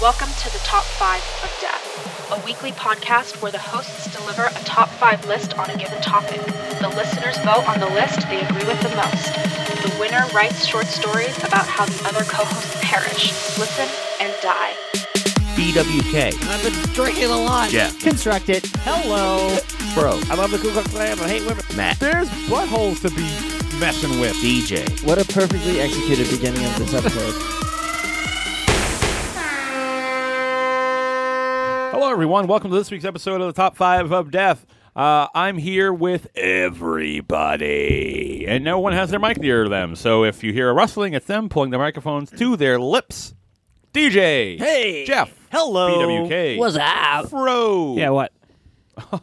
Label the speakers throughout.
Speaker 1: Welcome to the Top 5 of Death, a weekly podcast where the hosts deliver a top 5 list on a given topic. The listeners vote on the list they agree with the most. The winner writes short stories about how the other co hosts perish, listen, and die.
Speaker 2: BWK.
Speaker 3: I've been drinking a lot.
Speaker 2: Jeff.
Speaker 4: Construct it. Hello.
Speaker 2: Bro.
Speaker 3: I love the Ku Klux Klan. I hate women.
Speaker 2: Matt.
Speaker 5: There's buttholes to be messing with.
Speaker 2: DJ.
Speaker 4: What a perfectly executed beginning of this episode.
Speaker 5: Hello, everyone. Welcome to this week's episode of the Top Five of Death. Uh, I'm here with everybody, and no one has their mic near them. So if you hear a rustling, it's them pulling their microphones to their lips. DJ.
Speaker 3: Hey.
Speaker 5: Jeff.
Speaker 3: Hello.
Speaker 5: BWK.
Speaker 3: What's up?
Speaker 5: Fro.
Speaker 6: Yeah, what?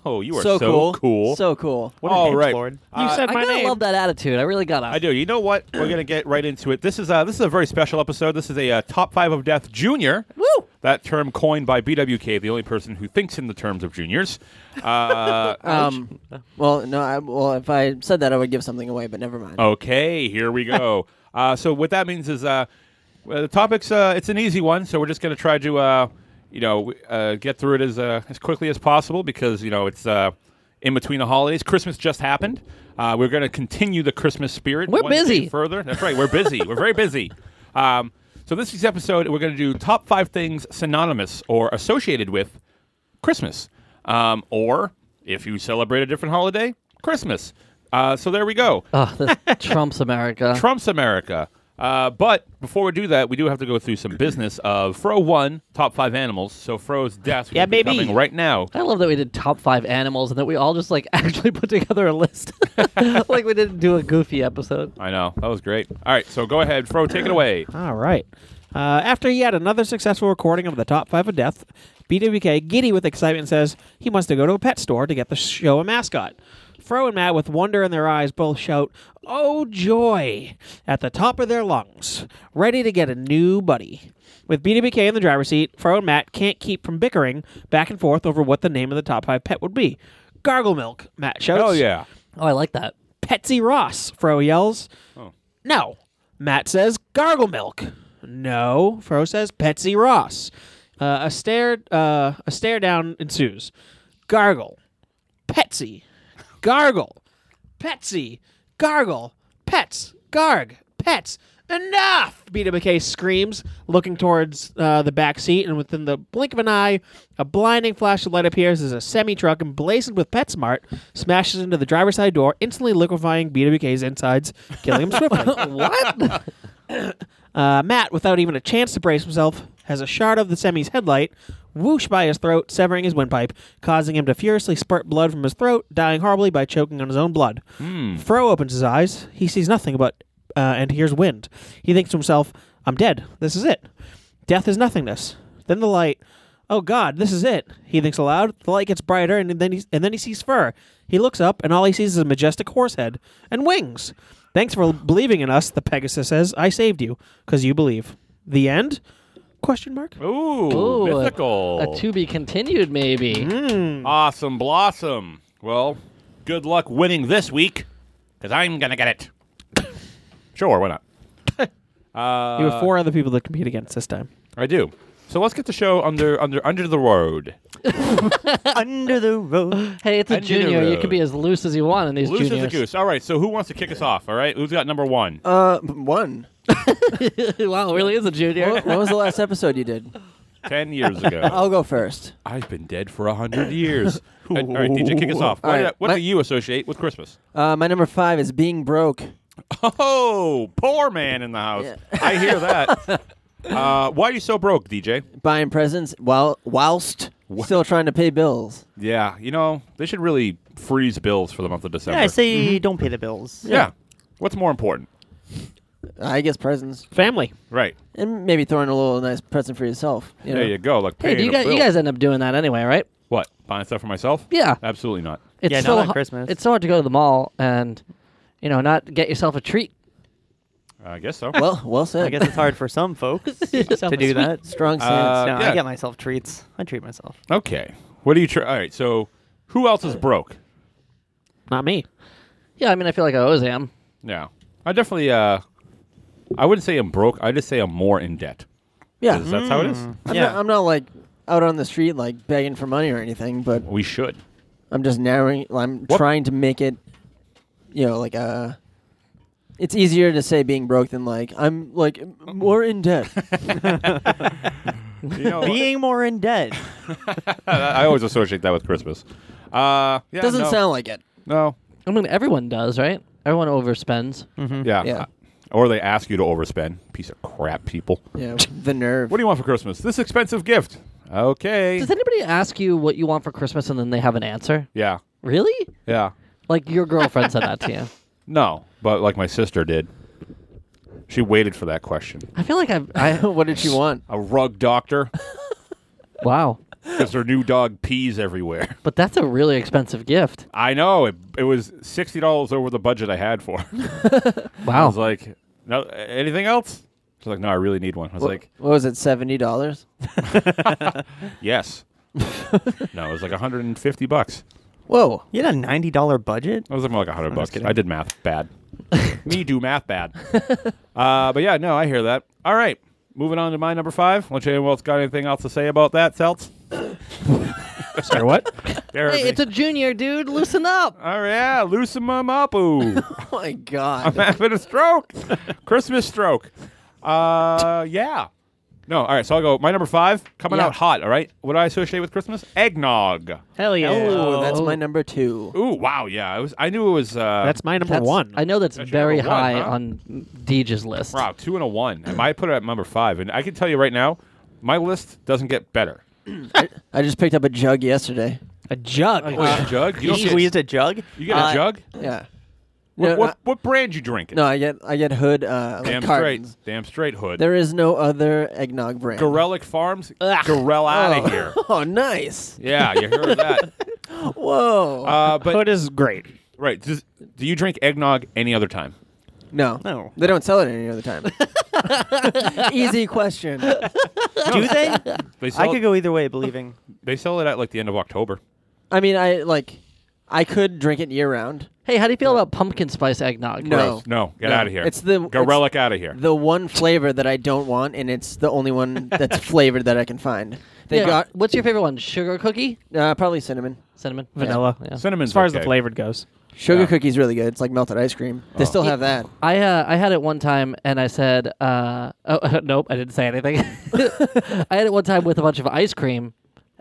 Speaker 5: Oh, you are
Speaker 3: So
Speaker 5: so,
Speaker 3: cool.
Speaker 4: so cool.
Speaker 5: What All right. Uh,
Speaker 6: said
Speaker 3: I kind of love that attitude. I really got
Speaker 5: I
Speaker 3: to
Speaker 5: do. You know what? We're gonna get right into it. This is uh this is a very special episode. This is a uh, top five of death junior.
Speaker 3: Woo!
Speaker 5: That term coined by BWK, the only person who thinks in the terms of juniors. Uh,
Speaker 4: Um, well, no, I, well, if I said that, I would give something away, but never mind.
Speaker 5: Oh. okay, here we go. uh, so what that means is uh, well, the topics. Uh, it's an easy one, so we're just gonna try to uh, you know uh, get through it as uh, as quickly as possible because you know it's uh, in between the holidays. Christmas just happened. Uh, we're gonna continue the Christmas spirit.
Speaker 3: We're
Speaker 5: one day
Speaker 3: busy.
Speaker 5: Further, that's right. We're busy. we're very busy. Um, so this week's episode, we're gonna do top five things synonymous or associated with Christmas. Um, or if you celebrate a different holiday, Christmas. Uh, so there we go.
Speaker 3: Oh, this Trump's America.
Speaker 5: Trump's America. Uh, but before we do that, we do have to go through some business of Fro one top five animals. So Fro's desk, which
Speaker 6: Yeah,
Speaker 5: will be
Speaker 6: baby.
Speaker 5: coming right now.
Speaker 3: I love that we did top five animals and that we all just like actually put together a list. like we didn't do a goofy episode.
Speaker 5: I know that was great. All right, so go ahead, Fro, take it away.
Speaker 6: All right. Uh, after yet another successful recording of the top five of death, BWK, giddy with excitement, says he wants to go to a pet store to get the show a mascot. Fro and Matt, with wonder in their eyes, both shout, Oh joy! at the top of their lungs, ready to get a new buddy. With BWK in the driver's seat, Fro and Matt can't keep from bickering back and forth over what the name of the top five pet would be. Gargle Milk, Matt shouts.
Speaker 5: Oh yeah,
Speaker 3: Oh, I like that.
Speaker 6: Petsy Ross, Fro yells.
Speaker 5: Oh.
Speaker 6: No. Matt says gargle milk. No. Fro says Petsy Ross. Uh, a stare uh, a stare down ensues. Gargle. Petsy. Gargle. Petsy. Gargle. Pets. Garg. Pets. Enough! BWK screams, looking towards uh, the back seat, and within the blink of an eye, a blinding flash of light appears as a semi truck emblazoned with PetSmart smashes into the driver's side door, instantly liquefying BWK's insides, killing him swiftly.
Speaker 3: What?
Speaker 6: Uh, Matt, without even a chance to brace himself, has a shard of the semi's headlight whoosh by his throat, severing his windpipe, causing him to furiously spurt blood from his throat, dying horribly by choking on his own blood. Fro opens his eyes. He sees nothing but uh, and hears wind. He thinks to himself, "I'm dead. This is it. Death is nothingness." Then the light. Oh God, this is it! He thinks aloud. The light gets brighter, and then he and then he sees fur. He looks up, and all he sees is a majestic horse head and wings. Thanks for believing in us, the Pegasus says. I saved you because you believe. The end? Question mark.
Speaker 5: ooh,
Speaker 3: Ooh, a-
Speaker 5: mythical,
Speaker 3: A to be continued, maybe.
Speaker 5: awesome blossom. Well, good luck winning this week, because I'm gonna get it. sure, why not?
Speaker 7: Uh,
Speaker 6: you have four other people to compete against this time.
Speaker 5: I do. So let's get the show under under under the road.
Speaker 4: Under the road.
Speaker 3: Hey, it's a
Speaker 5: Under the
Speaker 3: junior. You
Speaker 5: road.
Speaker 3: can be as loose as you want in these
Speaker 5: Loose
Speaker 3: juniors.
Speaker 5: as a goose. All right, so who wants to kick us off? All right, who's got number one?
Speaker 4: Uh, one.
Speaker 3: wow, it really is a junior.
Speaker 4: When was the last episode you did?
Speaker 5: Ten years ago.
Speaker 4: I'll go first.
Speaker 5: I've been dead for a hundred years. All right, all right, DJ, kick us off.
Speaker 4: All
Speaker 5: What,
Speaker 4: right,
Speaker 5: do- what
Speaker 4: my-
Speaker 5: do you associate with Christmas?
Speaker 4: Uh, my number five is being broke.
Speaker 5: Oh, poor man in the house. I hear that. Uh, why are you so broke, DJ?
Speaker 4: Buying presents while whilst still trying to pay bills.
Speaker 5: Yeah, you know they should really freeze bills for the month of December.
Speaker 7: Yeah, I say don't pay the bills.
Speaker 5: Yeah. what's more important?
Speaker 4: I guess presents.
Speaker 6: Family.
Speaker 5: Right
Speaker 4: And maybe throwing a little nice present for yourself. You
Speaker 5: there,
Speaker 4: know?
Speaker 5: you go. Like
Speaker 3: Hey,
Speaker 5: paying
Speaker 3: do you
Speaker 5: a
Speaker 3: guys, you
Speaker 5: bill.
Speaker 3: guys end up doing that anyway, right?
Speaker 5: what buying stuff for myself?
Speaker 3: Yeah.
Speaker 5: absolutely not.
Speaker 3: It's
Speaker 7: Yeah,
Speaker 3: so
Speaker 7: not on
Speaker 3: hu-
Speaker 7: Christmas.
Speaker 3: It's so hard to go to the mall and, you know, not get yourself a treat.
Speaker 5: I guess so.
Speaker 4: Well, well said.
Speaker 7: I guess it's hard for some folks to do that.
Speaker 4: Strong sense.
Speaker 5: Uh,
Speaker 7: No,
Speaker 5: yeah.
Speaker 7: I get myself treats. I treat myself.
Speaker 5: Okay, what do you? Tr- all right, so who else is broke?
Speaker 6: Not me.
Speaker 3: Yeah, I mean, I feel like I always am.
Speaker 5: Yeah, I definitely. Uh, I wouldn't say I'm broke. I just say I'm more in debt.
Speaker 4: Yeah. Mm.
Speaker 5: 'cause that's how it is.
Speaker 4: I'm,
Speaker 7: Yeah.
Speaker 4: not, I'm not like out on the street like begging for money or anything, but
Speaker 5: We should.
Speaker 4: I'm just narrowing. I'm
Speaker 5: What-
Speaker 4: trying to make it, you know, like a. It's easier to say being broke than like I'm like m- more in debt.
Speaker 5: You know,
Speaker 7: Being more in debt.
Speaker 5: I always associate that with Christmas. Uh, yeah,
Speaker 4: Doesn't
Speaker 5: no,
Speaker 4: sound like it.
Speaker 5: no.
Speaker 3: I mean, everyone does, right? Everyone overspends.
Speaker 5: Yeah.
Speaker 4: Yeah.
Speaker 5: Uh, or they ask you to overspend. Piece of crap people.
Speaker 4: Yeah, the nerve.
Speaker 5: What do you want for Christmas? This expensive gift. Okay.
Speaker 3: Does anybody ask you what you want for Christmas and then they have an answer?
Speaker 5: yeah.
Speaker 3: Really?
Speaker 5: Yeah.
Speaker 3: Like your girlfriend said that to you.
Speaker 5: No, but like my sister did. She waited for that question.
Speaker 3: I feel like I've. uh, I,
Speaker 4: what did you want?
Speaker 5: A rug doctor
Speaker 3: wow.
Speaker 5: because her new dog pees everywhere.
Speaker 3: But that's a really expensive gift.
Speaker 5: I know it. It was sixty dollars over the budget I had for. Her. I
Speaker 3: Wow.
Speaker 5: was like, no, anything else? She's like, no, I really need one. I was like,
Speaker 4: What was it? Seventy dollars.
Speaker 5: yes. no, it was like hundred and fifty bucks.
Speaker 4: Whoa.
Speaker 7: You had a ninety dollar budget.
Speaker 5: It was like more like hundred bucks.
Speaker 7: kidding.
Speaker 5: I did math bad. Me do math bad. uh, but yeah, no, I hear that. All right, moving on to my number five. Unless anyone else got anything else to say about that, Seltz?
Speaker 6: Sorry, what?
Speaker 3: hey, it's a junior, dude. Loosen up.
Speaker 5: All right, yeah, loosen them up. Ooh,
Speaker 4: Oh my
Speaker 5: I'm
Speaker 4: god.
Speaker 5: having a stroke. Christmas stroke. Uh, yeah. No, all right. So I'll go. My number five coming
Speaker 3: Yeah.
Speaker 5: out hot. All right. What do I associate with Christmas? Eggnog.
Speaker 7: Hell yeah.
Speaker 4: Oh, that's my number two.
Speaker 5: Ooh, wow. Yeah, I was. I knew it was. Uh,
Speaker 6: That's my number
Speaker 3: That's-
Speaker 6: one.
Speaker 3: I know that's
Speaker 5: That's your
Speaker 3: very
Speaker 5: number one,
Speaker 3: high
Speaker 5: huh?
Speaker 3: on Deej's list.
Speaker 5: wow. Two and a one. I might put it at number five, and I can tell you right now, my list doesn't get better.
Speaker 4: I just picked up a jug yesterday.
Speaker 6: a jug.
Speaker 5: Wait, jug? You
Speaker 7: You
Speaker 5: don't get.
Speaker 7: squeezed a jug.
Speaker 5: you get a
Speaker 7: Uh,
Speaker 5: jug?
Speaker 4: Yeah.
Speaker 5: What,
Speaker 4: no,
Speaker 5: what,
Speaker 4: I-
Speaker 5: what brand you drinking?
Speaker 4: No, I get I get hood uh like
Speaker 5: damn
Speaker 4: cartons.
Speaker 5: straight. Damn straight. Hood.
Speaker 4: There is no other eggnog brand.
Speaker 5: Gorelick Farms. Gorel out
Speaker 4: Oh.
Speaker 5: of here.
Speaker 4: Oh, nice.
Speaker 5: Yeah, you heard that.
Speaker 4: Whoa.
Speaker 5: Uh, but
Speaker 6: Hood is great.
Speaker 5: Right. Does, do you drink eggnog any other time?
Speaker 4: no.
Speaker 7: No.
Speaker 4: They don't sell it any other time. Easy question.
Speaker 7: Do they?
Speaker 5: They sell,
Speaker 7: I could go either way, believing.
Speaker 5: They sell it at like the end of October.
Speaker 4: I mean, I like I could drink it year round.
Speaker 3: Hey, how do you feel about pumpkin spice eggnog?
Speaker 4: No.
Speaker 5: Gross. No, get
Speaker 4: No.
Speaker 5: out of here.
Speaker 4: It's the-
Speaker 5: Gorelick out of here.
Speaker 4: The one flavor that I don't want and it's the only one that's flavored that I can find. They
Speaker 3: Yeah.
Speaker 4: got
Speaker 3: What's your favorite one? Sugar cookie?
Speaker 4: uh, probably cinnamon.
Speaker 3: Cinnamon?
Speaker 6: Vanilla.
Speaker 3: Yeah.
Speaker 5: Cinnamon's
Speaker 6: As far as the
Speaker 5: okay.
Speaker 6: flavored goes.
Speaker 4: Sugar
Speaker 5: Yeah.
Speaker 4: cookie's really good. It's like melted ice cream.
Speaker 3: Oh.
Speaker 4: They still have that.
Speaker 3: I uh, I had it one time and I said, uh, oh, nope, I didn't say anything. I had it one time with a bunch of ice cream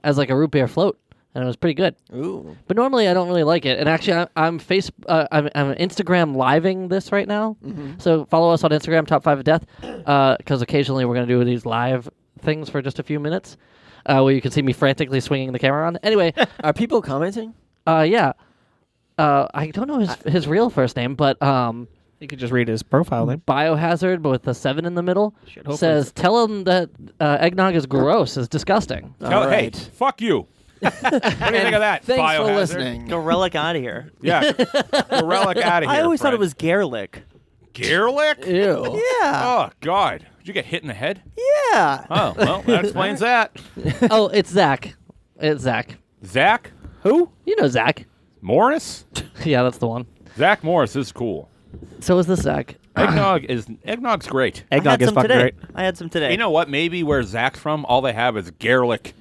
Speaker 3: as like a root beer float, and it was pretty good.
Speaker 4: Ooh.
Speaker 3: But normally I don't really like it. And actually, I, I'm face uh, I'm, I'm Instagram living this right now. So follow us on Instagram, Top Five of Death, because occasionally we're gonna do these live things for just a few minutes, uh, where you can see me frantically swinging the camera on. Anyway,
Speaker 4: Are people commenting?
Speaker 3: uh, yeah, uh, I don't know his his real first name, but um.
Speaker 6: You could just read his profile name.
Speaker 3: Biohazard, but with a seven in the middle, says, "Tell him that uh, eggnog is gross, is disgusting."
Speaker 5: Tell-
Speaker 4: All
Speaker 5: hey,
Speaker 4: right.
Speaker 5: fuck you. what do you think of that?
Speaker 4: Thanks for
Speaker 5: Biohazard?
Speaker 4: listening.
Speaker 7: Gorelick out of here.
Speaker 5: Yeah, Gorelick out of here.
Speaker 7: I always thought it
Speaker 5: friend.
Speaker 7: was Gerlick.
Speaker 5: Gerlick.
Speaker 4: Ew.
Speaker 7: Yeah.
Speaker 5: Oh God, did you get hit in the head?
Speaker 7: Yeah.
Speaker 5: Oh well, that explains that.
Speaker 3: oh, it's Zach. It's Zach.
Speaker 5: Zach, who?
Speaker 3: You know Zach.
Speaker 5: Morris.
Speaker 3: yeah, that's the one.
Speaker 5: Zach Morris is cool.
Speaker 3: So is this Zach?
Speaker 5: Eggnog is eggnog's great.
Speaker 7: I had
Speaker 6: Eggnog is
Speaker 7: some
Speaker 6: fucking
Speaker 7: today.
Speaker 6: great.
Speaker 7: I had some today.
Speaker 5: You know what? Maybe where Zach's from, all they have is Gerlick.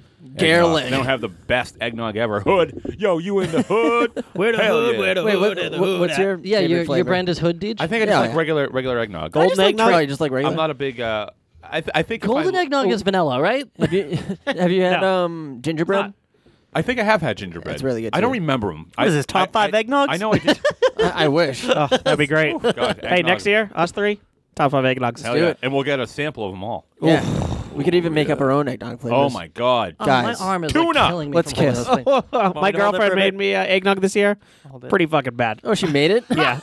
Speaker 5: Eggnog.
Speaker 4: Gerlich.
Speaker 5: They don't have the best eggnog ever. Hood. Yo, you in the hood? Where the hood? Where the
Speaker 4: Wait, what, what- what's your
Speaker 3: Yeah, your,
Speaker 4: favorite
Speaker 3: your
Speaker 4: flavor?
Speaker 3: brand is Hood Deej.
Speaker 5: I think I just
Speaker 4: Yeah.
Speaker 5: like regular regular eggnog.
Speaker 4: golden
Speaker 6: like
Speaker 4: eggnog.
Speaker 6: tra-
Speaker 4: or you just like regular.
Speaker 5: I'm not a big. Uh, I, th- I think if
Speaker 3: Golden
Speaker 5: I,
Speaker 3: eggnog is vanilla, right?
Speaker 4: Have you, have you had um, gingerbread?
Speaker 5: I think I have had gingerbread.
Speaker 4: That's really good,
Speaker 5: I don't
Speaker 4: too.
Speaker 5: remember them.
Speaker 7: What is this, top
Speaker 5: I,
Speaker 7: five
Speaker 5: I,
Speaker 7: eggnogs?
Speaker 5: I know I did.
Speaker 4: I, I wish.
Speaker 6: Oh, that'd be great.
Speaker 5: God,
Speaker 6: hey,
Speaker 5: eggnog.
Speaker 6: next year, us three, top five eggnogs.
Speaker 5: Hell
Speaker 4: do
Speaker 5: yeah.
Speaker 4: it.
Speaker 5: and we'll get a sample of them all.
Speaker 4: yeah, we could even make up our own eggnog flavors.
Speaker 5: Oh my god!
Speaker 3: Oh,
Speaker 4: Guys,
Speaker 3: my arm is like,
Speaker 5: tuna.
Speaker 3: killing me.
Speaker 4: Let's
Speaker 3: from holding
Speaker 4: kiss.
Speaker 3: this thing.
Speaker 6: My
Speaker 7: it all up for
Speaker 6: girlfriend
Speaker 7: a
Speaker 6: made
Speaker 7: bit.
Speaker 6: me uh, eggnog this year.
Speaker 7: Hold it.
Speaker 6: Pretty fucking bad.
Speaker 4: Oh, she made it.
Speaker 6: Yeah,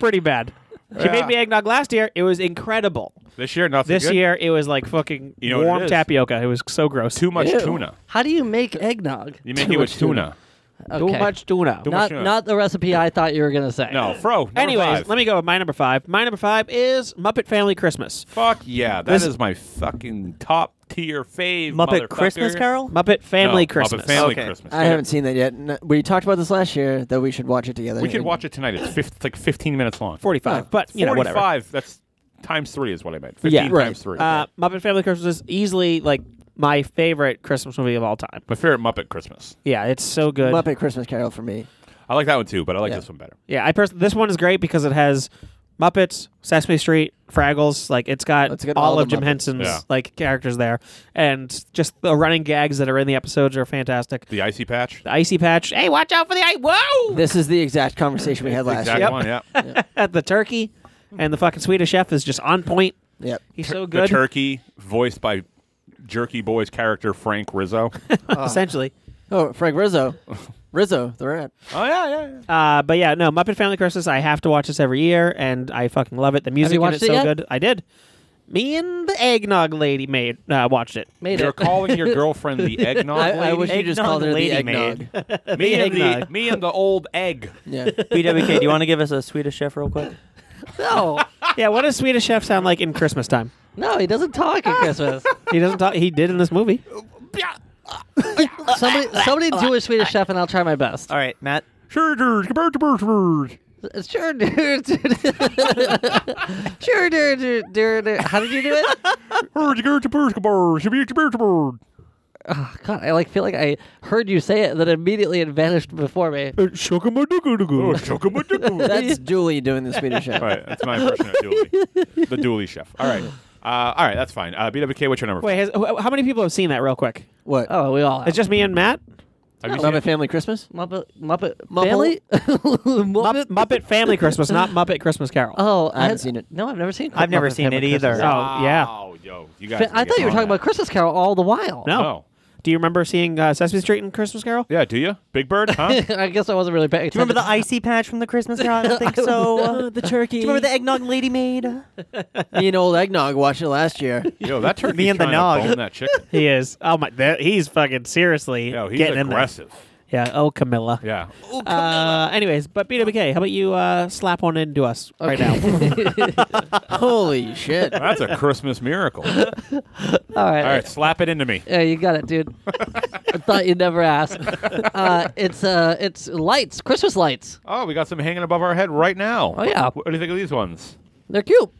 Speaker 6: pretty bad. She
Speaker 5: Yeah.
Speaker 6: made me eggnog last year. It was incredible.
Speaker 5: This year, nothing.
Speaker 6: This
Speaker 5: good?
Speaker 6: year, it was like fucking
Speaker 5: You know what
Speaker 6: warm
Speaker 5: it is?
Speaker 6: tapioca. It was so gross.
Speaker 5: too much
Speaker 4: Ew.
Speaker 5: tuna.
Speaker 3: How do you make eggnog?
Speaker 5: You make it with tuna.
Speaker 3: Okay.
Speaker 6: Too much tuna.
Speaker 5: much
Speaker 3: Not
Speaker 5: tuna.
Speaker 3: not the recipe I thought you were gonna say.
Speaker 5: No, fro. number
Speaker 6: Anyways,
Speaker 5: five.
Speaker 6: let me go with my number five. My number five is Muppet Family Christmas.
Speaker 5: Fuck yeah! that is
Speaker 6: This-
Speaker 5: my fucking top tier fave.
Speaker 7: Muppet
Speaker 5: motherfucker.
Speaker 7: Christmas Carol?
Speaker 6: Muppet
Speaker 5: No,
Speaker 6: Family Christmas.
Speaker 5: Muppet Family
Speaker 7: Okay.
Speaker 5: Christmas.
Speaker 4: I haven't seen that yet. N- We talked about this last year that we should watch it together.
Speaker 5: We could watch it tonight. It's, fif- it's like 15 minutes long.
Speaker 6: Forty-five, but you know whatever.
Speaker 5: 45. That's times three is what I meant. Fifteen
Speaker 6: Yeah.
Speaker 4: Right.
Speaker 5: times three.
Speaker 6: Uh, Muppet Family Christmas is easily like my favorite Christmas movie of all time.
Speaker 5: My favorite Muppet Christmas.
Speaker 6: Yeah, it's so good.
Speaker 4: Muppet Christmas Carol for me.
Speaker 5: I like that one too, but I like
Speaker 4: Yeah.
Speaker 5: this one better.
Speaker 6: Yeah, I personally this one is great because it has Muppets, Sesame Street, Fraggles. Like it's got
Speaker 4: It's got
Speaker 6: all,
Speaker 4: all
Speaker 6: of
Speaker 4: the
Speaker 6: Jim
Speaker 4: Muppets.
Speaker 6: Henson's
Speaker 5: Yeah.
Speaker 6: like characters there, and just the running gags that are in the episodes are fantastic.
Speaker 5: The icy patch.
Speaker 6: The icy patch. Hey, watch out for the ice! Whoa!
Speaker 4: This is the exact conversation we had last
Speaker 5: exact
Speaker 4: year.
Speaker 5: one. Yeah.
Speaker 6: At the turkey, and the fucking Swedish chef is just on point.
Speaker 4: Yep.
Speaker 6: He's so
Speaker 5: The
Speaker 6: good.
Speaker 5: turkey, voiced by Jerky Boy's character Frank Rizzo. oh
Speaker 6: essentially.
Speaker 4: Oh, Frank Rizzo. Rizzo, the rat.
Speaker 5: Oh, yeah, yeah. yeah.
Speaker 6: Uh, but yeah, no, Muppet Family Christmas. I have to watch this every year, and I fucking love it. The music in
Speaker 3: watched
Speaker 6: it's
Speaker 3: it
Speaker 6: so
Speaker 3: yet?
Speaker 6: good. I did. Me and the eggnog lady made uh, watched it.
Speaker 3: Made
Speaker 5: You're
Speaker 3: it.
Speaker 5: calling your girlfriend the eggnog
Speaker 4: I, I
Speaker 5: lady?
Speaker 4: wish you just called her the
Speaker 7: Eggnog lady
Speaker 4: eggnog.
Speaker 5: me and the
Speaker 6: eggnog.
Speaker 5: me and the old egg.
Speaker 4: Yeah.
Speaker 7: BWK, do you want to give us a Swedish chef real quick?
Speaker 3: No,
Speaker 6: yeah, what does Swedish chef sound like in Christmas time?
Speaker 3: no, he doesn't talk at Christmas.
Speaker 6: He doesn't talk. He did in this movie.
Speaker 3: somebody, somebody do a Swedish chef, and I'll try my best.
Speaker 7: All right, Matt.
Speaker 5: Sure, dude. Come here, come here, come here.
Speaker 3: Sure, dude. sure, dude, dude, dude, dude. How did you do it?
Speaker 5: Sure, dude, come here, come here, come here. Come here, come here.
Speaker 3: Oh, God, I like feel like I heard you say it, then immediately it vanished before me.
Speaker 5: Oh, choke 'em a dick.
Speaker 4: That's Dooley doing the Swedish chef.
Speaker 5: All right, that's my impression of Dooley, the Dooley chef. All right, uh, all right, that's fine. Uh, BWK, what's your number?
Speaker 6: Wait, has, wh- how many people have seen that? Real quick.
Speaker 4: What?
Speaker 3: Oh, we all.
Speaker 6: It's just me and Matt.
Speaker 5: Have you seen
Speaker 4: Muppet
Speaker 5: it?
Speaker 4: Family Christmas?
Speaker 3: Muppet, Muppet,
Speaker 4: Muppet-
Speaker 3: Family, Muppet.
Speaker 6: Muppet, Muppet Family Christmas, not Muppet Christmas Carol.
Speaker 3: Oh,
Speaker 4: I haven't
Speaker 3: had-
Speaker 4: seen it.
Speaker 3: No, I've never seen.
Speaker 7: I've never
Speaker 3: Muppet
Speaker 7: seen
Speaker 3: Family
Speaker 7: it either.
Speaker 3: Christmas.
Speaker 6: Oh yeah.
Speaker 5: Wow, yo, you guys.
Speaker 3: I thought you were talking about Christmas Carol all the while.
Speaker 6: No.
Speaker 5: Oh.
Speaker 6: Do you remember seeing uh, Sesame Street and Christmas Carol?
Speaker 5: Yeah, do you? Big Bird, huh?
Speaker 3: I guess I wasn't really paying
Speaker 7: Do you remember the
Speaker 3: attention.
Speaker 7: icy patch from the Christmas Carol? I don't think so.
Speaker 4: the turkey.
Speaker 7: Do you remember the eggnog lady made?
Speaker 4: Me and old eggnog watched it last year.
Speaker 5: Yo, that turkey's
Speaker 7: Me and the
Speaker 5: trying to
Speaker 7: nog.
Speaker 5: bone that chicken.
Speaker 6: He is. Oh my! That, he's fucking seriously
Speaker 5: Yo, he's
Speaker 6: getting
Speaker 5: aggressive.
Speaker 6: in there. Yeah. Oh, Camilla.
Speaker 5: Yeah.
Speaker 6: Uh, anyways, but BWK, how about you uh, slap on into us right now?
Speaker 4: Holy shit.
Speaker 5: That's a Christmas miracle. All
Speaker 3: all right.
Speaker 5: right, slap it into me.
Speaker 3: Yeah, you got it, dude. I thought you'd never ask. Uh, it's uh, it's lights, Christmas lights.
Speaker 5: Oh, we got some hanging above our head right now.
Speaker 3: Oh, yeah.
Speaker 5: What do you think of these ones?
Speaker 3: They're cute.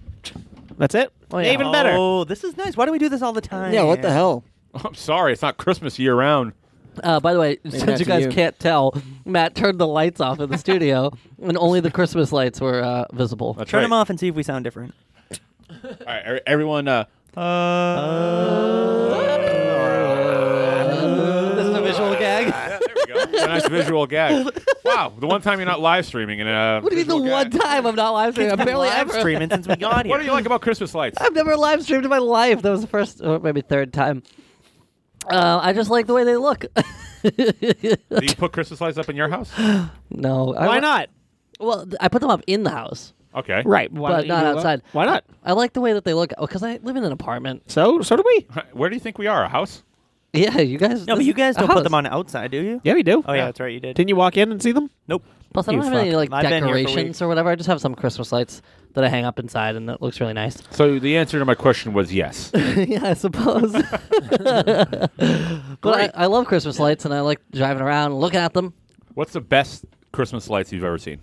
Speaker 6: That's it.
Speaker 3: Oh, yeah.
Speaker 6: Even better.
Speaker 7: Oh, this is nice. Why do we do this all the time?
Speaker 4: Yeah, what the hell?
Speaker 5: I'm sorry, it's not Christmas year round.
Speaker 3: Uh, by the way, since
Speaker 4: that's
Speaker 3: you guys
Speaker 4: you.
Speaker 3: can't tell, Matt turned the lights off in the studio, and only the Christmas lights were uh, visible.
Speaker 5: That's
Speaker 7: Turn
Speaker 5: right.
Speaker 7: them off and see if we sound different.
Speaker 5: All right, er- everyone. Uh,
Speaker 3: This is a visual gag.
Speaker 5: yeah, there we go. It's a nice visual gag. Wow, the one time you're not live streaming and uh,
Speaker 3: What do you mean the
Speaker 5: visual
Speaker 3: one
Speaker 5: gag.
Speaker 3: time I'm not live streaming? I'm barely
Speaker 7: live
Speaker 3: ever.
Speaker 7: streaming since we got
Speaker 5: What do
Speaker 7: here.
Speaker 5: you like about Christmas lights?
Speaker 3: I've never live streamed in my life. That was the first, or maybe third time. Uh, I just like the way they look.
Speaker 5: Do you put Christmas lights up in your house?
Speaker 3: no,
Speaker 6: Why not?
Speaker 3: Well, th- I put them up in the house.
Speaker 5: Okay.
Speaker 6: Right. Why
Speaker 3: But
Speaker 6: don't you
Speaker 3: not
Speaker 6: do it?
Speaker 3: outside.
Speaker 6: Why not?
Speaker 3: I like the way that they look because I live in an apartment.
Speaker 6: So so do we.
Speaker 5: Where do you think we are? A house?
Speaker 3: Yeah, you guys.
Speaker 7: No, but
Speaker 3: this
Speaker 7: you
Speaker 3: is
Speaker 7: guys
Speaker 3: a
Speaker 7: don't put
Speaker 3: house.
Speaker 7: them on outside, do you?
Speaker 6: Yeah, we do.
Speaker 7: Oh yeah, that's right. You did.
Speaker 6: Didn't you walk in and see them?
Speaker 7: Nope.
Speaker 3: Plus, I
Speaker 6: You
Speaker 3: don't have any
Speaker 6: fuck.
Speaker 3: like
Speaker 7: I've been here for
Speaker 3: decorations
Speaker 7: weeks.
Speaker 3: or whatever. I just have some Christmas lights that I hang up inside, and it looks really nice.
Speaker 5: So the answer to my question was yes.
Speaker 3: yeah, I suppose. but I, I love Christmas lights, and I like driving around and looking at them.
Speaker 5: What's the best Christmas lights you've ever seen?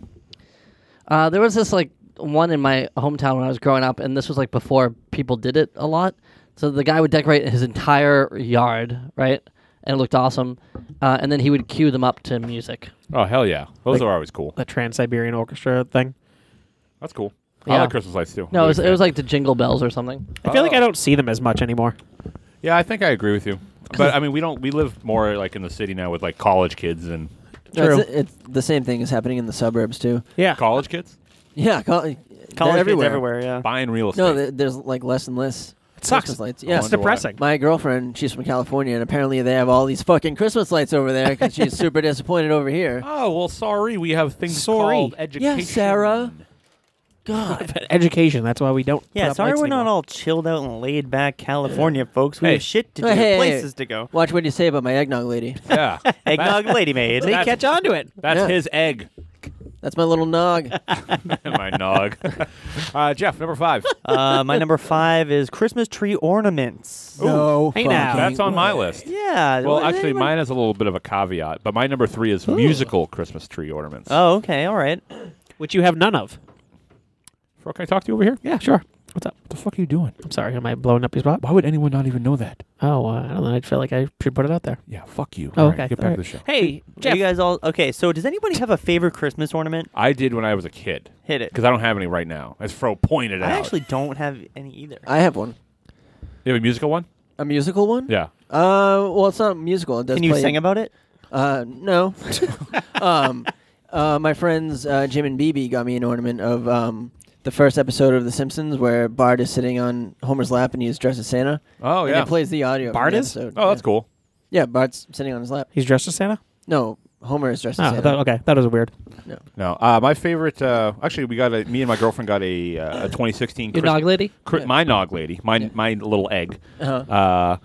Speaker 3: Uh, there was this like one in my hometown when I was growing up, and this was like before people did it a lot. So the guy would decorate his entire yard, right, and it looked awesome. Uh, and then he would cue them up to music.
Speaker 5: Oh hell yeah, those are always cool.
Speaker 6: The Trans Siberian Orchestra thing.
Speaker 5: That's cool. I
Speaker 3: Yeah.
Speaker 5: like Christmas lights too.
Speaker 3: No,
Speaker 5: I'm
Speaker 3: it was,
Speaker 5: a
Speaker 3: it was
Speaker 5: fan.
Speaker 3: like the Jingle Bells or something.
Speaker 6: I feel like
Speaker 7: Oh.
Speaker 6: I don't see them as much anymore.
Speaker 5: yeah, I think I agree with you. But I mean, we don't. We live more like in the city now with like college kids and
Speaker 6: True.
Speaker 4: It's, it's the same thing is happening in the suburbs too.
Speaker 6: Yeah.
Speaker 5: college kids
Speaker 4: Yeah, col- they're
Speaker 7: College kids
Speaker 4: everywhere.
Speaker 7: everywhere. Yeah.
Speaker 5: buying real estate.
Speaker 4: No, th- there's like less and less
Speaker 6: It sucks.
Speaker 4: Christmas lights.
Speaker 5: I
Speaker 4: Yeah,
Speaker 6: It's
Speaker 5: wonder why.
Speaker 6: depressing.
Speaker 4: My girlfriend, she's from California, and apparently they have all these fucking Christmas lights over there because she's super disappointed over here.
Speaker 5: Oh well, sorry. We have things
Speaker 6: Sorry.
Speaker 5: called education.
Speaker 4: Sarah.
Speaker 6: But Education. That's why we don't. put
Speaker 7: Yeah,
Speaker 6: up
Speaker 7: sorry
Speaker 6: lights
Speaker 7: we're not
Speaker 6: anymore.
Speaker 7: all chilled out and laid back California folks. We
Speaker 5: Hey.
Speaker 7: have shit to do,
Speaker 4: Hey, hey, hey.
Speaker 7: places to go.
Speaker 4: Watch what you say about my eggnog lady.
Speaker 5: Yeah,
Speaker 7: Eggnog
Speaker 5: That's,
Speaker 7: lady maid.
Speaker 5: They
Speaker 6: catch on to it.
Speaker 5: that's
Speaker 4: Yeah.
Speaker 5: his egg.
Speaker 4: That's my little nog.
Speaker 5: My nog. uh, Jeff, number five.
Speaker 7: uh, my number five is Christmas tree ornaments.
Speaker 4: no,
Speaker 6: Hey, now.
Speaker 4: fucking
Speaker 5: That's on my
Speaker 4: way.
Speaker 5: list.
Speaker 7: Yeah.
Speaker 5: Well,
Speaker 7: what-
Speaker 5: actually,
Speaker 7: anyone-
Speaker 5: mine has a little bit of a caveat, but my number three is musical Christmas tree ornaments.
Speaker 7: Oh, okay. All right.
Speaker 6: Which you have none of.
Speaker 5: Fro, can I talk to you over here?
Speaker 6: Yeah, sure. What's up?
Speaker 5: What the fuck are you doing?
Speaker 6: I'm sorry. Am I blowing up your spot?
Speaker 5: Why would anyone not even know that?
Speaker 6: Oh, uh, I don't know. I feel like I should put it out there.
Speaker 5: Yeah, fuck you.
Speaker 6: Oh,
Speaker 5: All right,
Speaker 6: okay.
Speaker 5: Get back
Speaker 6: All right.
Speaker 5: to the show.
Speaker 6: Hey,
Speaker 7: Are
Speaker 6: Jeff.
Speaker 7: you guys all okay? So does anybody have a favorite Christmas ornament?
Speaker 5: I did when I was a kid
Speaker 7: Hit it.
Speaker 5: because I don't have any right now. As Fro pointed
Speaker 7: I
Speaker 5: out,
Speaker 7: actually don't have any either.
Speaker 4: I have one.
Speaker 5: you have a musical one.
Speaker 4: A musical one?
Speaker 5: Yeah.
Speaker 4: Uh, well, it's not musical. It does
Speaker 7: Can you
Speaker 4: play-
Speaker 7: sing about it?
Speaker 4: Uh, no. um, uh, my friends uh, Jim and BB got me an ornament of um, the first episode of The Simpsons where Bart is sitting on Homer's lap and he's dressed as Santa.
Speaker 5: Oh
Speaker 4: And
Speaker 5: yeah.
Speaker 4: it plays the audio.
Speaker 6: Bart
Speaker 4: of the
Speaker 6: is?
Speaker 4: Episode.
Speaker 5: oh, that's
Speaker 4: yeah.
Speaker 5: cool.
Speaker 4: Yeah, Bart's sitting on his lap.
Speaker 6: He's dressed as Santa?
Speaker 4: No, Homer is dressed
Speaker 6: Oh,
Speaker 5: Ah,
Speaker 4: as
Speaker 6: I
Speaker 4: Santa.
Speaker 6: thought- okay. That was weird.
Speaker 5: No, uh, my favorite. Uh, actually, we got a. Me and my girlfriend got a, uh, a 2016.
Speaker 3: Your
Speaker 5: Christ-
Speaker 3: nog lady?
Speaker 5: Chri-
Speaker 4: Yeah.
Speaker 5: My nog lady. My my little egg.
Speaker 4: Uh-huh.
Speaker 5: Uh,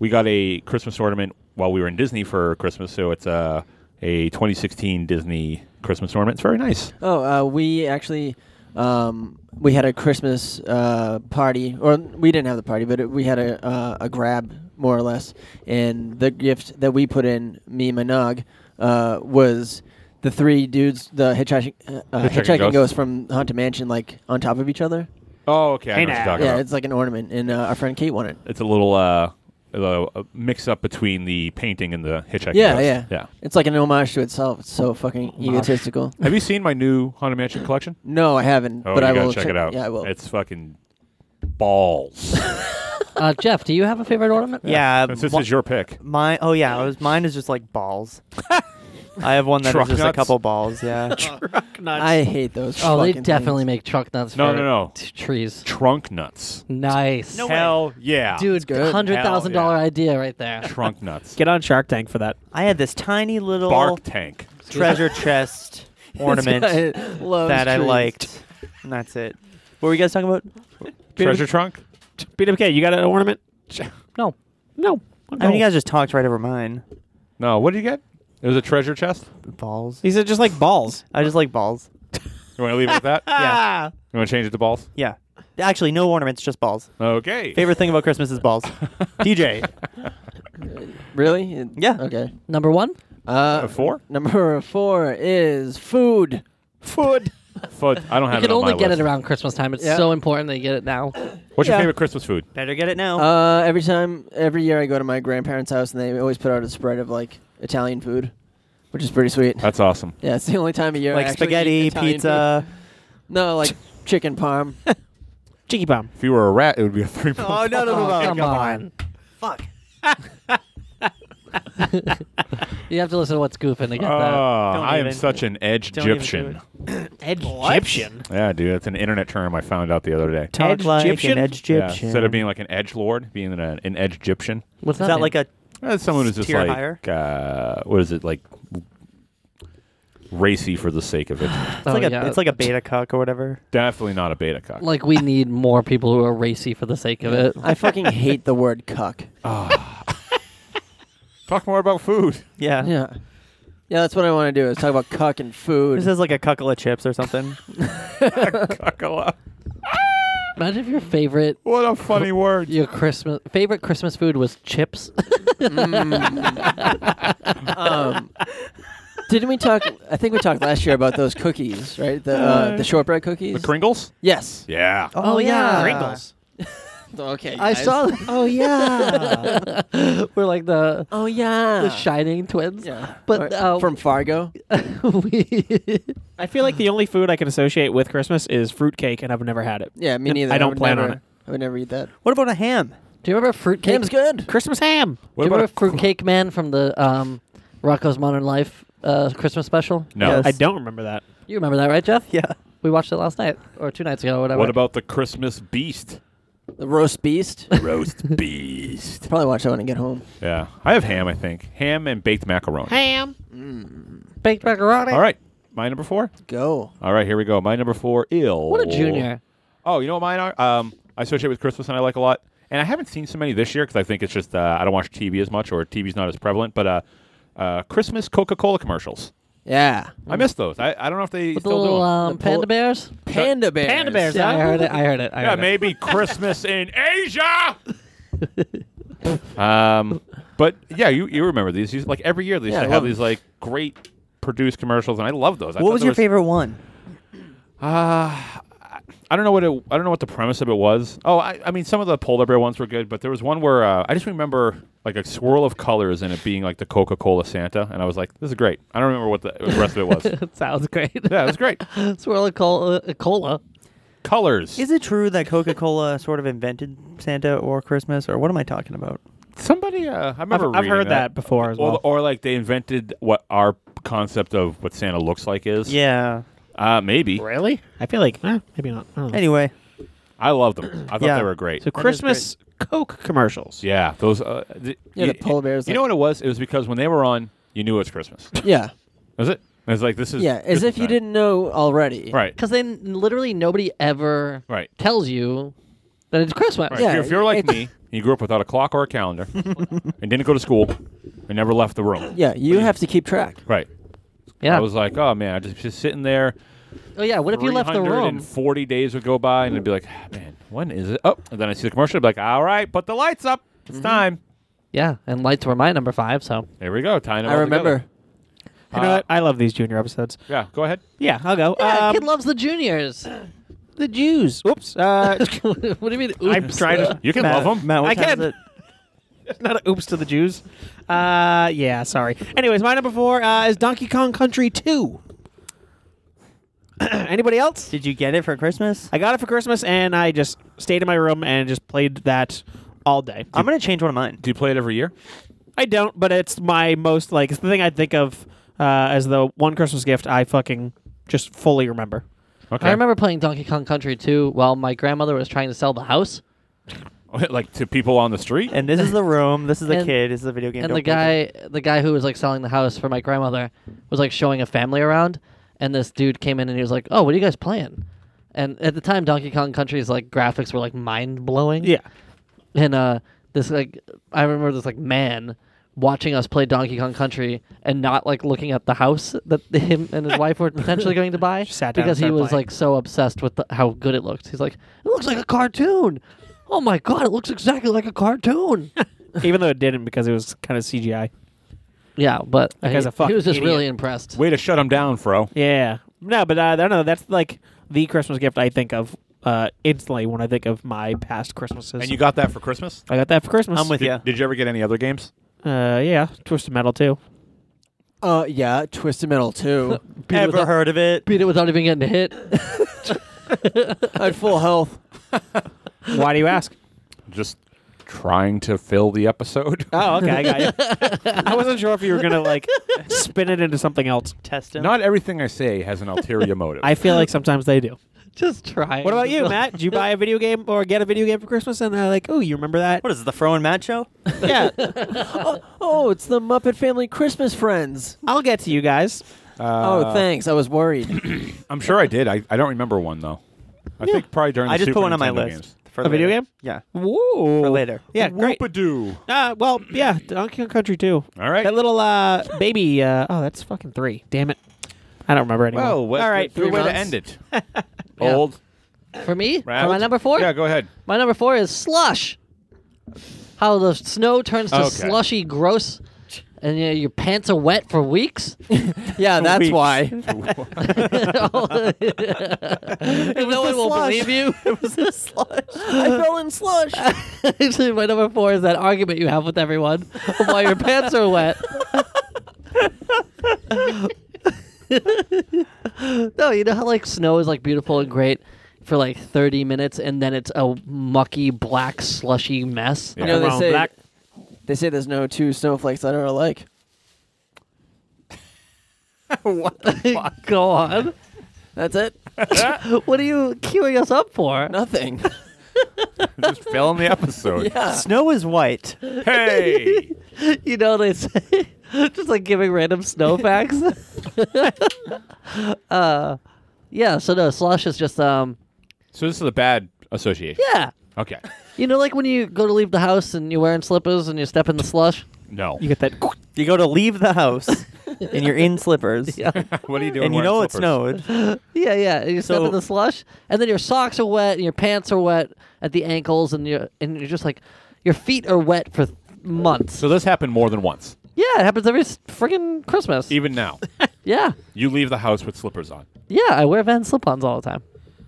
Speaker 5: we got a Christmas ornament while we were in Disney for Christmas, so it's uh, a 2016 Disney Christmas ornament. It's very nice.
Speaker 4: Oh, uh, we actually um, we had a Christmas uh, party, or we didn't have the party, but it, we had a uh, a grab more or less, and the gift that we put in, me and Manog, uh, was the three dudes, the hitchhiking, uh, uh,
Speaker 5: Hitchhiking
Speaker 4: hitchhiking,
Speaker 5: ghost.
Speaker 4: ghost. from Haunted Mansion, like on top of each other.
Speaker 5: Oh, okay. I
Speaker 6: Hey
Speaker 5: know what you're
Speaker 6: now.
Speaker 5: talking
Speaker 4: Yeah,
Speaker 5: about.
Speaker 4: it's like an ornament, and uh, our friend Kate won it.
Speaker 5: It's a little uh, a little, uh, mix up between the painting and the hitchhiking.
Speaker 4: Yeah,
Speaker 5: Ghost.
Speaker 4: yeah, It's like an homage to itself. It's so fucking egotistical.
Speaker 5: Have you seen my new Haunted Mansion collection?
Speaker 4: No, I haven't,
Speaker 5: Oh,
Speaker 4: but
Speaker 5: you
Speaker 4: I
Speaker 5: gotta
Speaker 4: will
Speaker 5: check it out.
Speaker 4: Yeah, I will.
Speaker 5: It's fucking balls.
Speaker 3: Uh, Jeff, do you have a favorite ornament?
Speaker 7: Yeah.
Speaker 5: Since this
Speaker 7: mo-
Speaker 5: is your pick.
Speaker 7: my oh yeah, I was, mine is just like balls. I have one that
Speaker 5: Truck
Speaker 7: is just
Speaker 5: nuts?
Speaker 7: a couple balls. Yeah.
Speaker 4: I hate those.
Speaker 3: Oh, they
Speaker 4: fucking
Speaker 3: definitely
Speaker 4: things.
Speaker 3: make truck nuts.
Speaker 5: No,
Speaker 3: for
Speaker 5: no, no.
Speaker 3: t- trees.
Speaker 5: Trunk nuts.
Speaker 3: Nice,
Speaker 5: Hell yeah.
Speaker 3: dude.
Speaker 4: good.
Speaker 3: Hundred thousand
Speaker 5: Hell
Speaker 3: dollar
Speaker 5: yeah.
Speaker 3: idea right there.
Speaker 5: Trunk nuts.
Speaker 6: Get on Shark Tank for that.
Speaker 7: I had this tiny little
Speaker 5: Bark tank.
Speaker 7: treasure chest ornament
Speaker 4: This guy loves
Speaker 7: that I
Speaker 4: trees.
Speaker 7: liked. And that's it. What were you guys talking about?
Speaker 5: Treasure trunk?
Speaker 6: BWK, you got an ornament?
Speaker 3: No,
Speaker 6: No.
Speaker 7: I
Speaker 5: Oh.
Speaker 7: mean, you guys just talked right over mine.
Speaker 5: No, what did you get? It was a treasure chest?
Speaker 7: Balls.
Speaker 6: These are just like balls. Ah.
Speaker 7: I just like balls.
Speaker 5: You want to leave it at that? you
Speaker 6: Yeah.
Speaker 5: want to change it to balls?
Speaker 7: Yeah. Actually, no ornaments, just balls.
Speaker 5: Okay.
Speaker 7: Favorite thing about Christmas is balls. DJ.
Speaker 4: Really? It-
Speaker 7: Yeah.
Speaker 4: Okay.
Speaker 3: number one.
Speaker 4: Uh,
Speaker 5: Uh, Four?
Speaker 4: number four is food.
Speaker 7: Food.
Speaker 5: Foot. I don't have
Speaker 3: You can
Speaker 5: it on
Speaker 3: only
Speaker 5: my
Speaker 3: get
Speaker 5: list.
Speaker 3: it around Christmas time. It's
Speaker 4: Yeah.
Speaker 3: so important that you get it now.
Speaker 5: What's your
Speaker 4: Yeah.
Speaker 5: favorite Christmas food?
Speaker 7: Better get it now.
Speaker 4: Uh, every time, every year I go to my grandparents' house and they always put out a spread of like Italian food, which is pretty sweet.
Speaker 5: That's awesome.
Speaker 4: Yeah, it's the only time of year. I
Speaker 7: like
Speaker 4: actually eat
Speaker 7: spaghetti,
Speaker 4: Italian
Speaker 7: pizza.
Speaker 4: food. No, like chicken parm.
Speaker 6: Cheeky bomb.
Speaker 5: If you were a rat, it would be a three
Speaker 7: Oh, no, no, no,
Speaker 3: Oh,
Speaker 7: no.
Speaker 3: come on.
Speaker 7: Fuck.
Speaker 3: You have to listen to what's goofing to get
Speaker 7: Uh,
Speaker 3: that.
Speaker 5: Oh, I am
Speaker 7: even-
Speaker 5: such an edge
Speaker 7: don't even do
Speaker 5: Egyptian.
Speaker 6: Egyptian.
Speaker 5: Yeah, dude. That's an internet term I found out the other day.
Speaker 7: Talk like
Speaker 6: Egyptian?
Speaker 7: an
Speaker 5: Yeah,
Speaker 7: Egyptian.
Speaker 5: Instead of being like an edge lord, being an, an edge Egyptian.
Speaker 3: What's
Speaker 7: is that like a
Speaker 5: That's someone who's just
Speaker 7: Tier
Speaker 5: like, uh, what is it like? Racy for the sake of it.
Speaker 7: it's
Speaker 3: Oh,
Speaker 7: like a it's like a beta cuck or whatever.
Speaker 5: Definitely not a beta cock.
Speaker 3: Like we need more people who are racy for the sake of it.
Speaker 4: I fucking hate the word cuck.
Speaker 5: Talk more about food.
Speaker 7: Yeah.
Speaker 4: Yeah. Yeah, that's what I want to do is talk about cuck and food.
Speaker 7: This is like a cuckle of chips or something.
Speaker 5: Cuckala.
Speaker 3: Imagine if your favorite
Speaker 5: What a funny word.
Speaker 3: your Christmas favorite Christmas food was chips.
Speaker 4: um, didn't we talk? I think we talked last year about those cookies, right? The uh, the shortbread cookies.
Speaker 5: The Kringles?
Speaker 4: yes.
Speaker 5: Yeah.
Speaker 7: Oh, yeah.
Speaker 6: Pringles.
Speaker 4: Okay.
Speaker 3: I
Speaker 4: guys.
Speaker 3: saw.
Speaker 7: oh yeah.
Speaker 3: We're like the
Speaker 4: Oh yeah.
Speaker 3: the Shining twins.
Speaker 4: Yeah.
Speaker 3: But uh,
Speaker 4: from Fargo.
Speaker 3: we
Speaker 6: I feel like the only food I can associate with Christmas is fruitcake, and I've never had it.
Speaker 4: Yeah, me
Speaker 6: I
Speaker 4: neither.
Speaker 6: don't
Speaker 4: would
Speaker 6: plan on
Speaker 4: never-
Speaker 6: it.
Speaker 4: I would never eat that.
Speaker 7: what about a ham?
Speaker 3: Do you remember fruitcake?
Speaker 4: Cam's good.
Speaker 6: Christmas ham.
Speaker 5: What
Speaker 3: Do you
Speaker 5: about a
Speaker 3: remember Fruitcake Man from the um, Rocco's Modern Life uh, Christmas special?
Speaker 5: No.
Speaker 7: Yes.
Speaker 6: I don't remember that.
Speaker 3: You remember that, right, Jeff?
Speaker 7: Yeah.
Speaker 3: We watched it last night or two nights ago, or whatever.
Speaker 5: What about the Christmas beast?
Speaker 4: The roast beast.
Speaker 5: Roast beast.
Speaker 4: Probably watch that when I get home.
Speaker 5: Yeah. I have ham, I think. Ham and baked macaroni.
Speaker 6: Ham.
Speaker 3: baked macaroni?
Speaker 5: All right. My number four?
Speaker 4: Go.
Speaker 5: All right, here we go. My number four, ill.
Speaker 3: What a junior!
Speaker 5: Oh, you know what mine are? Um, I associate with Christmas and I like a lot. And I haven't seen so many this year because I think it's just uh, I don't watch TV as much or TV's not as prevalent. But uh, uh, Christmas Coca Cola commercials.
Speaker 4: Yeah.
Speaker 5: I miss those. I, I don't know if they
Speaker 3: Mm. With the
Speaker 5: still do
Speaker 3: little
Speaker 5: them.
Speaker 3: um,
Speaker 4: The
Speaker 3: panda
Speaker 4: pol-
Speaker 3: bears.
Speaker 4: Panda bears.
Speaker 6: Panda bears.
Speaker 3: Yeah, I heard it. I heard it. I
Speaker 5: Yeah,
Speaker 3: heard it.
Speaker 5: maybe Christmas in Asia. um, but yeah, you, you remember these? These- like every year, they used
Speaker 4: Yeah,
Speaker 5: to
Speaker 4: I
Speaker 5: have
Speaker 4: love
Speaker 5: these like great produced commercials, and I love those. I
Speaker 7: What
Speaker 5: thought
Speaker 7: was
Speaker 5: there
Speaker 7: your favorite one?
Speaker 5: Uh, I don't know what it, I don't know what the premise of it was. Oh, I, I mean, some of the polar bear ones were good, but there was one where uh, I just remember like a swirl of colors and it being like the Coca Cola Santa, and I was like, "This is great." I don't remember what the the rest of it was. yeah,
Speaker 3: That sounds great.
Speaker 5: it was great.
Speaker 3: Swirl of cola. Uh, cola.
Speaker 5: Colors.
Speaker 7: Is it true that Coca Cola sort of invented Santa or Christmas, or what am I talking about?
Speaker 5: Somebody, uh, I
Speaker 6: I've,
Speaker 5: remember
Speaker 6: I've
Speaker 5: reading
Speaker 6: heard that before as
Speaker 5: Or,
Speaker 6: well.
Speaker 5: or like they invented what our concept of what Santa looks like is.
Speaker 7: Yeah.
Speaker 5: Uh, maybe.
Speaker 6: Really? I feel like eh, maybe not. I don't know.
Speaker 7: Anyway,
Speaker 5: I love them. I thought
Speaker 7: Yeah.
Speaker 5: they were great.
Speaker 6: So Christmas Coke commercials.
Speaker 5: yeah, those. Uh, th-
Speaker 4: Yeah,
Speaker 5: you,
Speaker 4: the polar bears,
Speaker 5: You
Speaker 4: like-
Speaker 5: know what it was? It was because when they were on, you knew it was Christmas.
Speaker 4: Yeah,
Speaker 5: was it? It was like this is.
Speaker 4: yeah, as
Speaker 5: Christmas
Speaker 4: if you
Speaker 5: time.
Speaker 4: didn't know already.
Speaker 5: Right.
Speaker 3: Because then literally nobody ever
Speaker 5: Right.
Speaker 3: tells you that it's Christmas.
Speaker 5: Right.
Speaker 4: Yeah,
Speaker 5: if you're like
Speaker 4: it's-
Speaker 5: me, you grew up without a clock or a calendar, and didn't go to school, and never left the room.
Speaker 4: Yeah, you have to keep track.
Speaker 5: Right.
Speaker 3: Yeah.
Speaker 5: I was like, oh man, I just just sitting there.
Speaker 3: oh yeah. What if you left the room?
Speaker 5: Forty days would go by, and I'd be like, "Ah, man, when is it? Oh, and then I see the commercial. I'd be like, all right, put the lights up. It's time.
Speaker 3: Yeah. And lights were my number five. So
Speaker 5: There we go. Tying it
Speaker 4: I
Speaker 5: all
Speaker 4: remember.
Speaker 6: You know
Speaker 5: Uh,
Speaker 6: what? I love these junior episodes.
Speaker 5: together. Yeah. Go ahead.
Speaker 6: Yeah, I'll go.
Speaker 3: yeah,
Speaker 6: um,
Speaker 3: kid loves the juniors.
Speaker 6: the Jews. Oops. Uh,
Speaker 3: what do you mean?
Speaker 6: I'm
Speaker 3: oops?
Speaker 6: trying to.
Speaker 5: You can
Speaker 7: Matt,
Speaker 5: love them.
Speaker 7: Matt, what
Speaker 6: I
Speaker 7: time
Speaker 6: can.
Speaker 7: is it?
Speaker 6: Not a oops to the Jews. Uh, yeah, sorry. Anyways, my number four uh, is Donkey Kong Country 2. Anybody else?
Speaker 7: Did you get it for Christmas?
Speaker 6: I got it for Christmas and I just stayed in my room and just played that all day.
Speaker 7: I'm gonna change one of mine.
Speaker 5: Do you play it every year?
Speaker 6: I don't, but it's my most, like, it's the thing I think of uh, as the one Christmas gift I fucking just fully remember.
Speaker 5: Okay.
Speaker 3: I remember playing Donkey Kong Country 2 while my grandmother was trying to sell the house,
Speaker 5: like to people on the street.
Speaker 7: And this is the room. This is the
Speaker 3: And-
Speaker 7: kid. This is the video game.
Speaker 3: and
Speaker 7: don't
Speaker 3: the
Speaker 7: play it.
Speaker 3: guy, the guy who was like selling the house for my grandmother, was like showing a family around, and this dude came in and he was like, "Oh, what are you guys playing?" And at the time, Donkey Kong Country's like graphics were like mind blowing.
Speaker 6: Yeah.
Speaker 3: and uh this like i remember this like man watching us play donkey kong country and not like looking at the house that him and his wife were potentially going to buy
Speaker 6: Just sat down
Speaker 3: because
Speaker 6: and
Speaker 3: he
Speaker 6: started
Speaker 3: was
Speaker 6: playing.
Speaker 3: like so obsessed with the, how good it looked he's like it looks like a cartoon oh my god it looks exactly like a cartoon
Speaker 6: Even though it didn't because it was kind of CGI.
Speaker 3: yeah but
Speaker 6: That guy's a
Speaker 3: he, he
Speaker 6: fucking
Speaker 3: was just
Speaker 6: idiot.
Speaker 3: really impressed
Speaker 5: Way to shut them down, Fro.
Speaker 6: Yeah. No, but uh, I don't know. That's like the Christmas gift I think of uh, instantly when I think of my past Christmases.
Speaker 5: And you got that for Christmas?
Speaker 6: I got that for Christmas.
Speaker 7: I'm with
Speaker 5: Did,
Speaker 7: you.
Speaker 5: did you ever get any other games?
Speaker 6: Uh, yeah, Twisted Metal too.
Speaker 4: Uh, yeah, Twisted Metal too.
Speaker 3: beat, it
Speaker 7: Ever
Speaker 3: without,
Speaker 7: heard of it?
Speaker 3: beat it without even getting hit
Speaker 4: At full health.
Speaker 6: Why do you ask?
Speaker 5: Just trying to fill the episode.
Speaker 6: oh, okay, I got you. I wasn't sure if you were gonna like spin it into something else.
Speaker 7: Test him.
Speaker 5: Not everything I say has an ulterior motive.
Speaker 6: I feel like sometimes they do.
Speaker 3: just try
Speaker 6: What about you, Matt? Did you buy a video game or get a video game for Christmas? And uh, like, oh, you remember that?
Speaker 7: What is it, the Fro and Matt show?
Speaker 6: Yeah,
Speaker 4: Oh, it's the Muppet Family Christmas Friends.
Speaker 6: I'll get to you guys.
Speaker 5: Uh,
Speaker 4: oh, thanks. I was worried.
Speaker 5: I'm sure I did. I, I don't remember one though. I think probably during.
Speaker 7: I just
Speaker 5: the Super
Speaker 7: put one on my
Speaker 5: Nintendo
Speaker 7: list.
Speaker 5: Games.
Speaker 7: For
Speaker 6: A video
Speaker 7: later.
Speaker 6: game?
Speaker 7: Yeah.
Speaker 6: Woo.
Speaker 7: For later.
Speaker 6: Yeah, great.
Speaker 5: Whoop-a-doo.
Speaker 6: Uh, well, yeah, Donkey Kong Country too.
Speaker 5: All right.
Speaker 6: That little uh, baby. Uh, oh, that's fucking three. Damn it. I don't remember anymore.
Speaker 5: Well, what,
Speaker 6: all right.
Speaker 5: Good
Speaker 3: three
Speaker 5: way to
Speaker 3: months.
Speaker 5: end it. Old.
Speaker 3: for me for
Speaker 5: round.
Speaker 3: my number four
Speaker 5: Yeah, go ahead.
Speaker 3: My number four is slush. How the snow turns to
Speaker 5: Okay.
Speaker 3: slushy, gross, and you know, your pants are wet for weeks.
Speaker 4: yeah, that's why.
Speaker 3: and no one will believe you.
Speaker 4: I fell in slush.
Speaker 3: Actually, my number four is that argument you have with everyone of why your pants are wet. no, you know how like snow is like beautiful and great for like 30 minutes, and then it's a mucky, black, slushy mess.
Speaker 4: You know, they
Speaker 6: Wrong,
Speaker 4: say,
Speaker 6: black.
Speaker 4: they say there's no two snowflakes that are alike.
Speaker 3: Go on.
Speaker 4: That's it.
Speaker 3: What are you queuing us up for?
Speaker 4: Nothing.
Speaker 5: just fill in the episode.
Speaker 4: yeah.
Speaker 7: Snow is white.
Speaker 5: Hey.
Speaker 3: you know they say just like giving random snow facts uh yeah so no slush is just um
Speaker 5: So this is a bad association.
Speaker 3: yeah
Speaker 5: Okay.
Speaker 3: you know like when you go to leave the house and you're wearing slippers and you step in the slush
Speaker 5: No.
Speaker 6: You get that.
Speaker 7: You go to leave the house, and you're in slippers,
Speaker 5: what are you doing?
Speaker 7: and you
Speaker 5: wearing
Speaker 7: know it
Speaker 5: slippers?
Speaker 7: snowed.
Speaker 3: yeah yeah and you step
Speaker 7: So-
Speaker 3: in the slush and then your socks are wet and your pants are wet at the ankles and you're and you're just like your feet are wet for th- months
Speaker 5: So this happened more than once.
Speaker 3: yeah it happens every s- friggin christmas
Speaker 5: Even now,
Speaker 3: yeah
Speaker 5: you leave the house with slippers on.
Speaker 3: yeah i wear van slip-ons all the time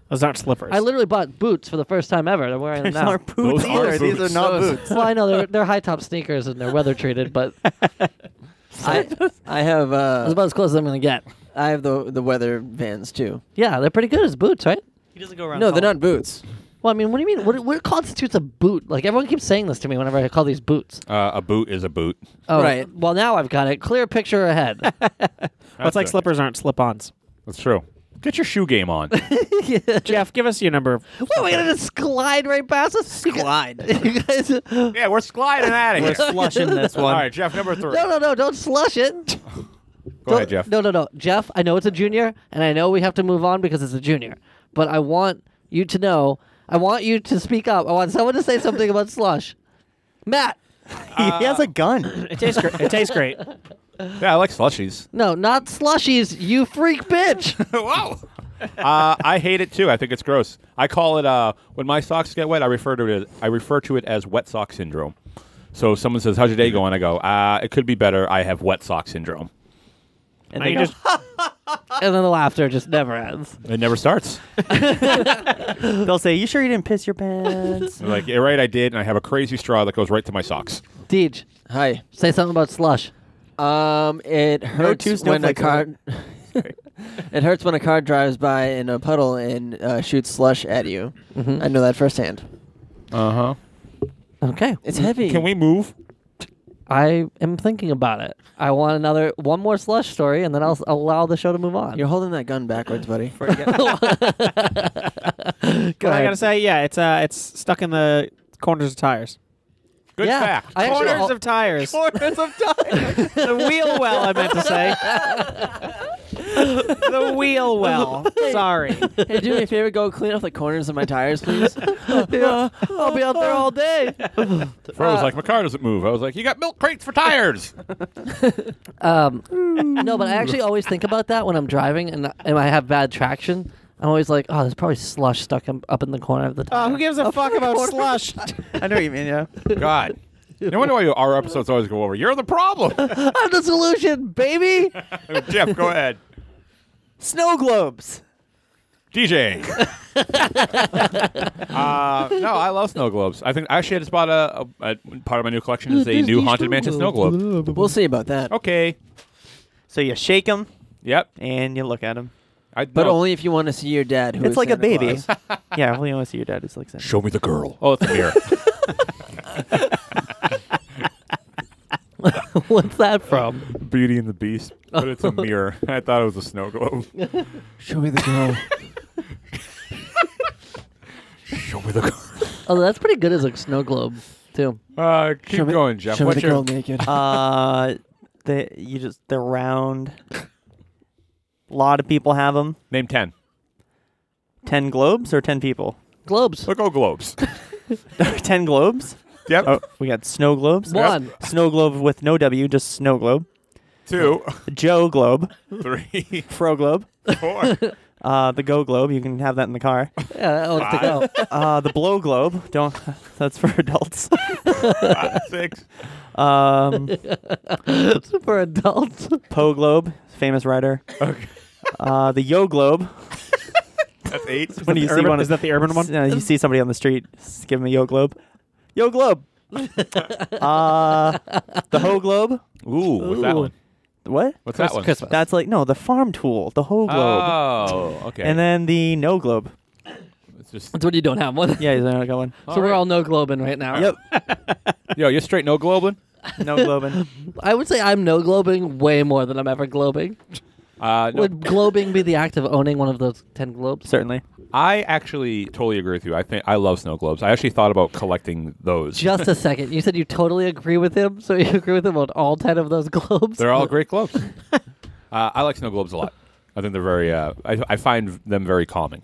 Speaker 6: Those aren't slippers.
Speaker 3: I literally bought boots for the first time ever. I'm wearing them
Speaker 7: These
Speaker 3: now.
Speaker 7: aren't boots
Speaker 5: Those
Speaker 7: either.
Speaker 5: aren't
Speaker 7: These
Speaker 5: boots.
Speaker 7: are not
Speaker 3: So it's-
Speaker 7: boots.
Speaker 3: Well, I know they're they're high top sneakers and they're weather treated, but
Speaker 4: I, I have
Speaker 3: that's
Speaker 4: uh,
Speaker 3: about as close as I'm gonna get.
Speaker 4: I have the the weather vans too.
Speaker 3: Yeah, they're pretty good as boots, right?
Speaker 7: He doesn't go around.
Speaker 4: No, they're not boots.
Speaker 3: Well, I mean, what do you mean? What, what constitutes a boot? Like everyone keeps saying this to me whenever I call these boots.
Speaker 5: Uh, a boot is a boot.
Speaker 3: Oh,
Speaker 4: Right.
Speaker 3: Well, now I've got it. Clear picture ahead.
Speaker 6: Well, it's like
Speaker 5: That's it.
Speaker 6: slippers aren't slip-ons.
Speaker 5: That's true. Get your shoe game on.
Speaker 6: Jeff, give us your number. of-
Speaker 3: What, we gonna just glide right past us? You gu- You guys, no,
Speaker 5: yeah, we're sliding out of
Speaker 7: We're
Speaker 5: here.
Speaker 7: slushing this
Speaker 5: All
Speaker 7: one.
Speaker 5: right, Jeff, number three.
Speaker 3: no, no! Don't slush it.
Speaker 5: Go ahead, Jeff.
Speaker 3: No, no, no, Jeff. I know it's a junior, and I know we have to move on because it's a junior. But I want you to know. I want you to speak up. I want someone to say something about slush. Matt.
Speaker 7: he has a gun.
Speaker 6: It tastes great. It tastes great.
Speaker 5: Yeah, I like slushies.
Speaker 3: No, not slushies. You freak bitch.
Speaker 5: Wow. uh, I hate it too. I think it's gross. I call it uh, when my socks get wet. I refer to it. As, I refer to it as wet sock syndrome. So if someone says, "How's your day going?" I go, "Uh, it could be better. I have wet sock syndrome."
Speaker 6: Now you just
Speaker 3: and then the laughter just never ends.
Speaker 5: It never starts.
Speaker 7: They'll say, "You sure you didn't piss your pants?"
Speaker 5: I'm like, yeah, right, I did, and I have a crazy straw that goes right to my socks.
Speaker 3: Deej,
Speaker 4: Hi.
Speaker 3: say something about slush.
Speaker 4: Um, it hurts
Speaker 7: two
Speaker 4: when a
Speaker 7: snowflakes
Speaker 4: car. it hurts when a car drives by in a puddle and uh, shoots slush at you.
Speaker 3: Mm-hmm.
Speaker 4: I know that firsthand.
Speaker 5: Uh huh.
Speaker 3: Okay.
Speaker 4: It's heavy.
Speaker 5: Can we move?
Speaker 3: I am thinking about it. I want another one more slush story, and then I'll s- allow the show to move on.
Speaker 4: You're holding that gun backwards, buddy.
Speaker 3: Go
Speaker 6: Well, I
Speaker 3: ahead.
Speaker 6: gotta say, yeah, it's uh, it's stuck in the corners of tires.
Speaker 5: Good
Speaker 3: Yeah,
Speaker 5: fact.
Speaker 3: I actually-
Speaker 6: Corners of tires. Corners of tires. the wheel well, I meant to say. the wheel well. Sorry.
Speaker 4: hey, do me a favor. Go clean off the corners of my tires, please.
Speaker 3: Yeah, I'll be out there all day.
Speaker 5: Fro was like, my car doesn't move. I was like, you got milk crates for tires.
Speaker 3: Um, no, but I actually always think about that when I'm driving and, and I have bad traction. I'm always like, oh, there's probably slush stuck in, up in the corner of the
Speaker 6: Uh,
Speaker 3: tire.
Speaker 6: who gives a fuck about slush?
Speaker 7: I know what you mean. Yeah.
Speaker 5: God. No wonder why our episodes always go over. You're the problem.
Speaker 3: I'm the solution, baby.
Speaker 5: Jeff, go ahead.
Speaker 7: Snow globes.
Speaker 5: DJ. uh, no, I love snow globes. I think I actually I just bought a, uh, a, a part of my new collection is a new haunted mansion snow globe.
Speaker 4: we'll Oh, see about that.
Speaker 5: Okay.
Speaker 7: So you shake them
Speaker 5: Yep.
Speaker 7: and you look at them.
Speaker 5: I,
Speaker 4: But
Speaker 5: no.
Speaker 4: only if you want to see your dad. Who
Speaker 7: It's
Speaker 4: is
Speaker 7: like a
Speaker 4: Santa
Speaker 7: baby.
Speaker 4: Claus.
Speaker 7: yeah. Well, you want to see your dad. It's like that.
Speaker 5: show me the girl. Oh, it's a mirror.
Speaker 3: What's that from?
Speaker 5: Beauty and the Beast, but it's a mirror. I thought it was a snow globe.
Speaker 4: Show me the girl.
Speaker 5: show me the girl.
Speaker 3: Oh, that's pretty good as a snow globe, too.
Speaker 5: Uh, keep
Speaker 4: Show me-
Speaker 5: going, Jeff.
Speaker 4: Show me
Speaker 5: What's
Speaker 4: the
Speaker 5: your
Speaker 4: girl naked.
Speaker 7: Uh, they you just they're round. A lot of people have them.
Speaker 5: name? Ten.
Speaker 7: Ten globes or ten people?
Speaker 3: Globes.
Speaker 5: Look, oh, globes.
Speaker 7: ten globes.
Speaker 5: yep.
Speaker 7: Oh, we got snow globes.
Speaker 3: One.
Speaker 7: Snow globe with no W, just snow globe.
Speaker 5: Two,
Speaker 7: Joe globe.
Speaker 5: three,
Speaker 7: Fro globe.
Speaker 5: four.
Speaker 7: Uh, the go globe. You can have that in the car.
Speaker 3: Yeah, that one's to go.
Speaker 7: Uh, the blow globe. Don't. That's for adults.
Speaker 5: five, six.
Speaker 7: Um,
Speaker 3: It's for adults.
Speaker 7: Poe Globe, famous writer.
Speaker 5: Okay.
Speaker 7: Uh, the Yo Globe.
Speaker 5: That's eight.
Speaker 7: When you see
Speaker 6: Urban-
Speaker 7: one,
Speaker 6: is that the urban one?
Speaker 7: Uh, you see somebody on the street, s- give them a Yo Globe. Yo Globe. uh, the Ho Globe.
Speaker 5: Ooh, what's that
Speaker 3: Ooh.
Speaker 5: one?
Speaker 7: What?
Speaker 5: What's that one?
Speaker 3: Christmas. Christmas.
Speaker 7: That's like no, the farm tool, the Ho Globe,
Speaker 5: Oh, okay.
Speaker 7: and then the No Globe.
Speaker 5: it's just
Speaker 3: That's when you don't have one.
Speaker 7: Yeah, he's not got one.
Speaker 3: so we're all no globing right now.
Speaker 7: Yep,
Speaker 5: yo, you're straight no globing.
Speaker 7: No Globin.
Speaker 3: I would say I'm no globing way more than I'm ever globing.
Speaker 5: Uh, no,
Speaker 3: Would globing be the act of owning one of those 10 globes?
Speaker 7: Certainly.
Speaker 5: I actually totally agree with you. I think I love snow globes. I actually thought about collecting those.
Speaker 3: Just a second. You said you totally agree with him, so you agree with him on all 10 of those globes?
Speaker 5: they're all great globes. uh, I like snow globes a lot. I think they're very. Uh, I, I find them very calming.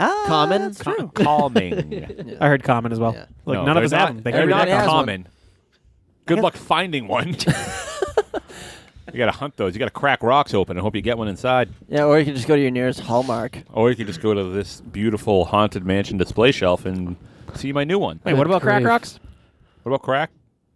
Speaker 7: Ah,
Speaker 4: Common?
Speaker 7: that's
Speaker 5: Ca-
Speaker 7: true.
Speaker 5: calming.
Speaker 6: I heard common as well.
Speaker 4: Yeah.
Speaker 6: Like
Speaker 5: No,
Speaker 6: none of
Speaker 5: they're
Speaker 6: us
Speaker 5: not,
Speaker 6: have them. They
Speaker 5: they're
Speaker 6: can't
Speaker 5: not
Speaker 6: be that
Speaker 4: has
Speaker 6: common.
Speaker 5: common. Good luck finding one. you gotta hunt those. You gotta crack rocks open and hope you get one inside.
Speaker 4: yeah, or you can just go to your nearest Hallmark.
Speaker 5: Or you can just go to this beautiful haunted mansion display shelf and see my new one.
Speaker 6: Wait, what about crack
Speaker 3: Grief.
Speaker 6: rocks?
Speaker 5: What about crack?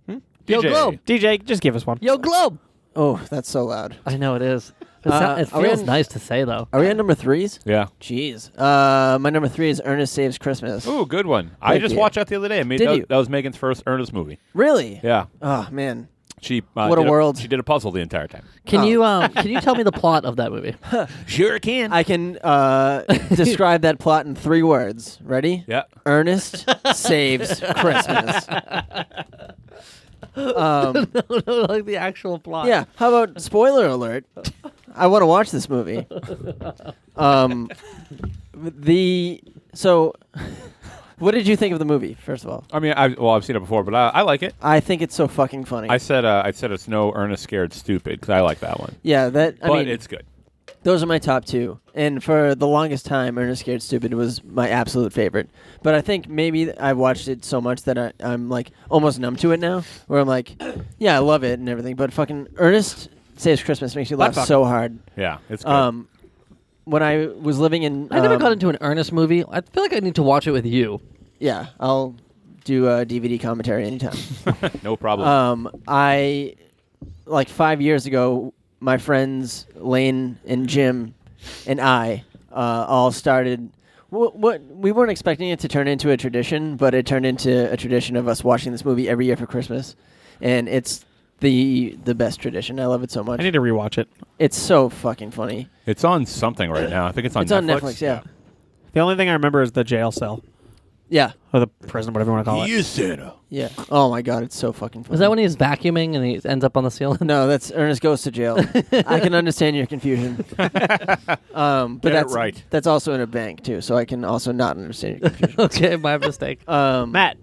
Speaker 3: Hmm? Yo,
Speaker 5: DJ.
Speaker 3: globe.
Speaker 6: DJ, just give us one.
Speaker 3: Yo, globe.
Speaker 4: Oh, that's so loud.
Speaker 3: I know it is. It, sou-
Speaker 4: Uh,
Speaker 3: it
Speaker 4: are we
Speaker 3: feels
Speaker 4: in-
Speaker 3: nice to say though.
Speaker 4: Are we at number threes?
Speaker 5: Yeah.
Speaker 4: Jeez. Uh, my number three is Ernest Saves Christmas.
Speaker 5: Ooh, good one. I
Speaker 4: Thank
Speaker 5: just
Speaker 4: you.
Speaker 5: watched that the other day. I mean,
Speaker 4: Did
Speaker 5: that,
Speaker 4: you?
Speaker 5: that was Megan's first earnest movie.
Speaker 4: Really?
Speaker 5: Yeah.
Speaker 4: Oh man.
Speaker 5: She uh,
Speaker 4: What a
Speaker 5: did
Speaker 4: world.
Speaker 5: She did a puzzle the entire time.
Speaker 3: Can
Speaker 4: Oh.
Speaker 3: you um, can you tell me the plot of that movie?
Speaker 5: Sure can.
Speaker 4: I can uh, describe that plot in three words. Ready?
Speaker 5: yeah.
Speaker 4: Ernest saves Christmas. Um,
Speaker 3: like the actual plot.
Speaker 4: yeah. How about spoiler alert? I want to watch this movie. Um, the so, what did you think of the movie? First of all,
Speaker 5: I mean, I, well, I've seen it before, but I, I like it.
Speaker 4: I think it's so fucking funny.
Speaker 5: I said, uh, I said it's no earnest, scared, stupid because I like that one.
Speaker 4: yeah, that I
Speaker 5: but
Speaker 4: mean,
Speaker 5: it's good.
Speaker 4: Those are my top two, and for the longest time, Ernest Scared Stupid was my absolute favorite. But I think maybe I watched it so much that I, I'm like almost numb to it now, where I'm like, yeah, I love it and everything, but fucking Ernest Saves Christmas makes you laugh
Speaker 5: fuck.
Speaker 4: so hard.
Speaker 5: Yeah, it's good.
Speaker 4: Um, when I was living in,
Speaker 3: I never
Speaker 4: um,
Speaker 3: got into an earnest movie. I feel like I need to watch it with you.
Speaker 4: Yeah, I'll do a DVD commentary anytime.
Speaker 5: no problem.
Speaker 4: Um, I like five years ago, my friends Lane and Jim and I uh, all started. What, what we weren't expecting it to turn into a tradition, but it turned into a tradition of us watching this movie every year for Christmas, and it's the the best tradition. I love it so much.
Speaker 6: I need to rewatch it.
Speaker 4: it's so fucking funny.
Speaker 5: it's on something right now. I think it's on.
Speaker 4: it's
Speaker 5: Netflix.
Speaker 4: on Netflix. Yeah,
Speaker 6: The only thing I remember is the jail cell
Speaker 4: yeah,
Speaker 6: or the prison, whatever you want to call it.
Speaker 5: You Santa.
Speaker 4: yeah. Oh my god, it's so fucking funny.
Speaker 3: Is that when he's vacuuming and he ends up on the ceiling?
Speaker 4: No, that's Ernest goes to jail. I can understand your confusion. um, but
Speaker 5: Get it
Speaker 4: that's
Speaker 5: right.
Speaker 4: That's also in a bank too, so I can also not understand your confusion.
Speaker 3: okay, my mistake.
Speaker 4: Um,
Speaker 6: Matt,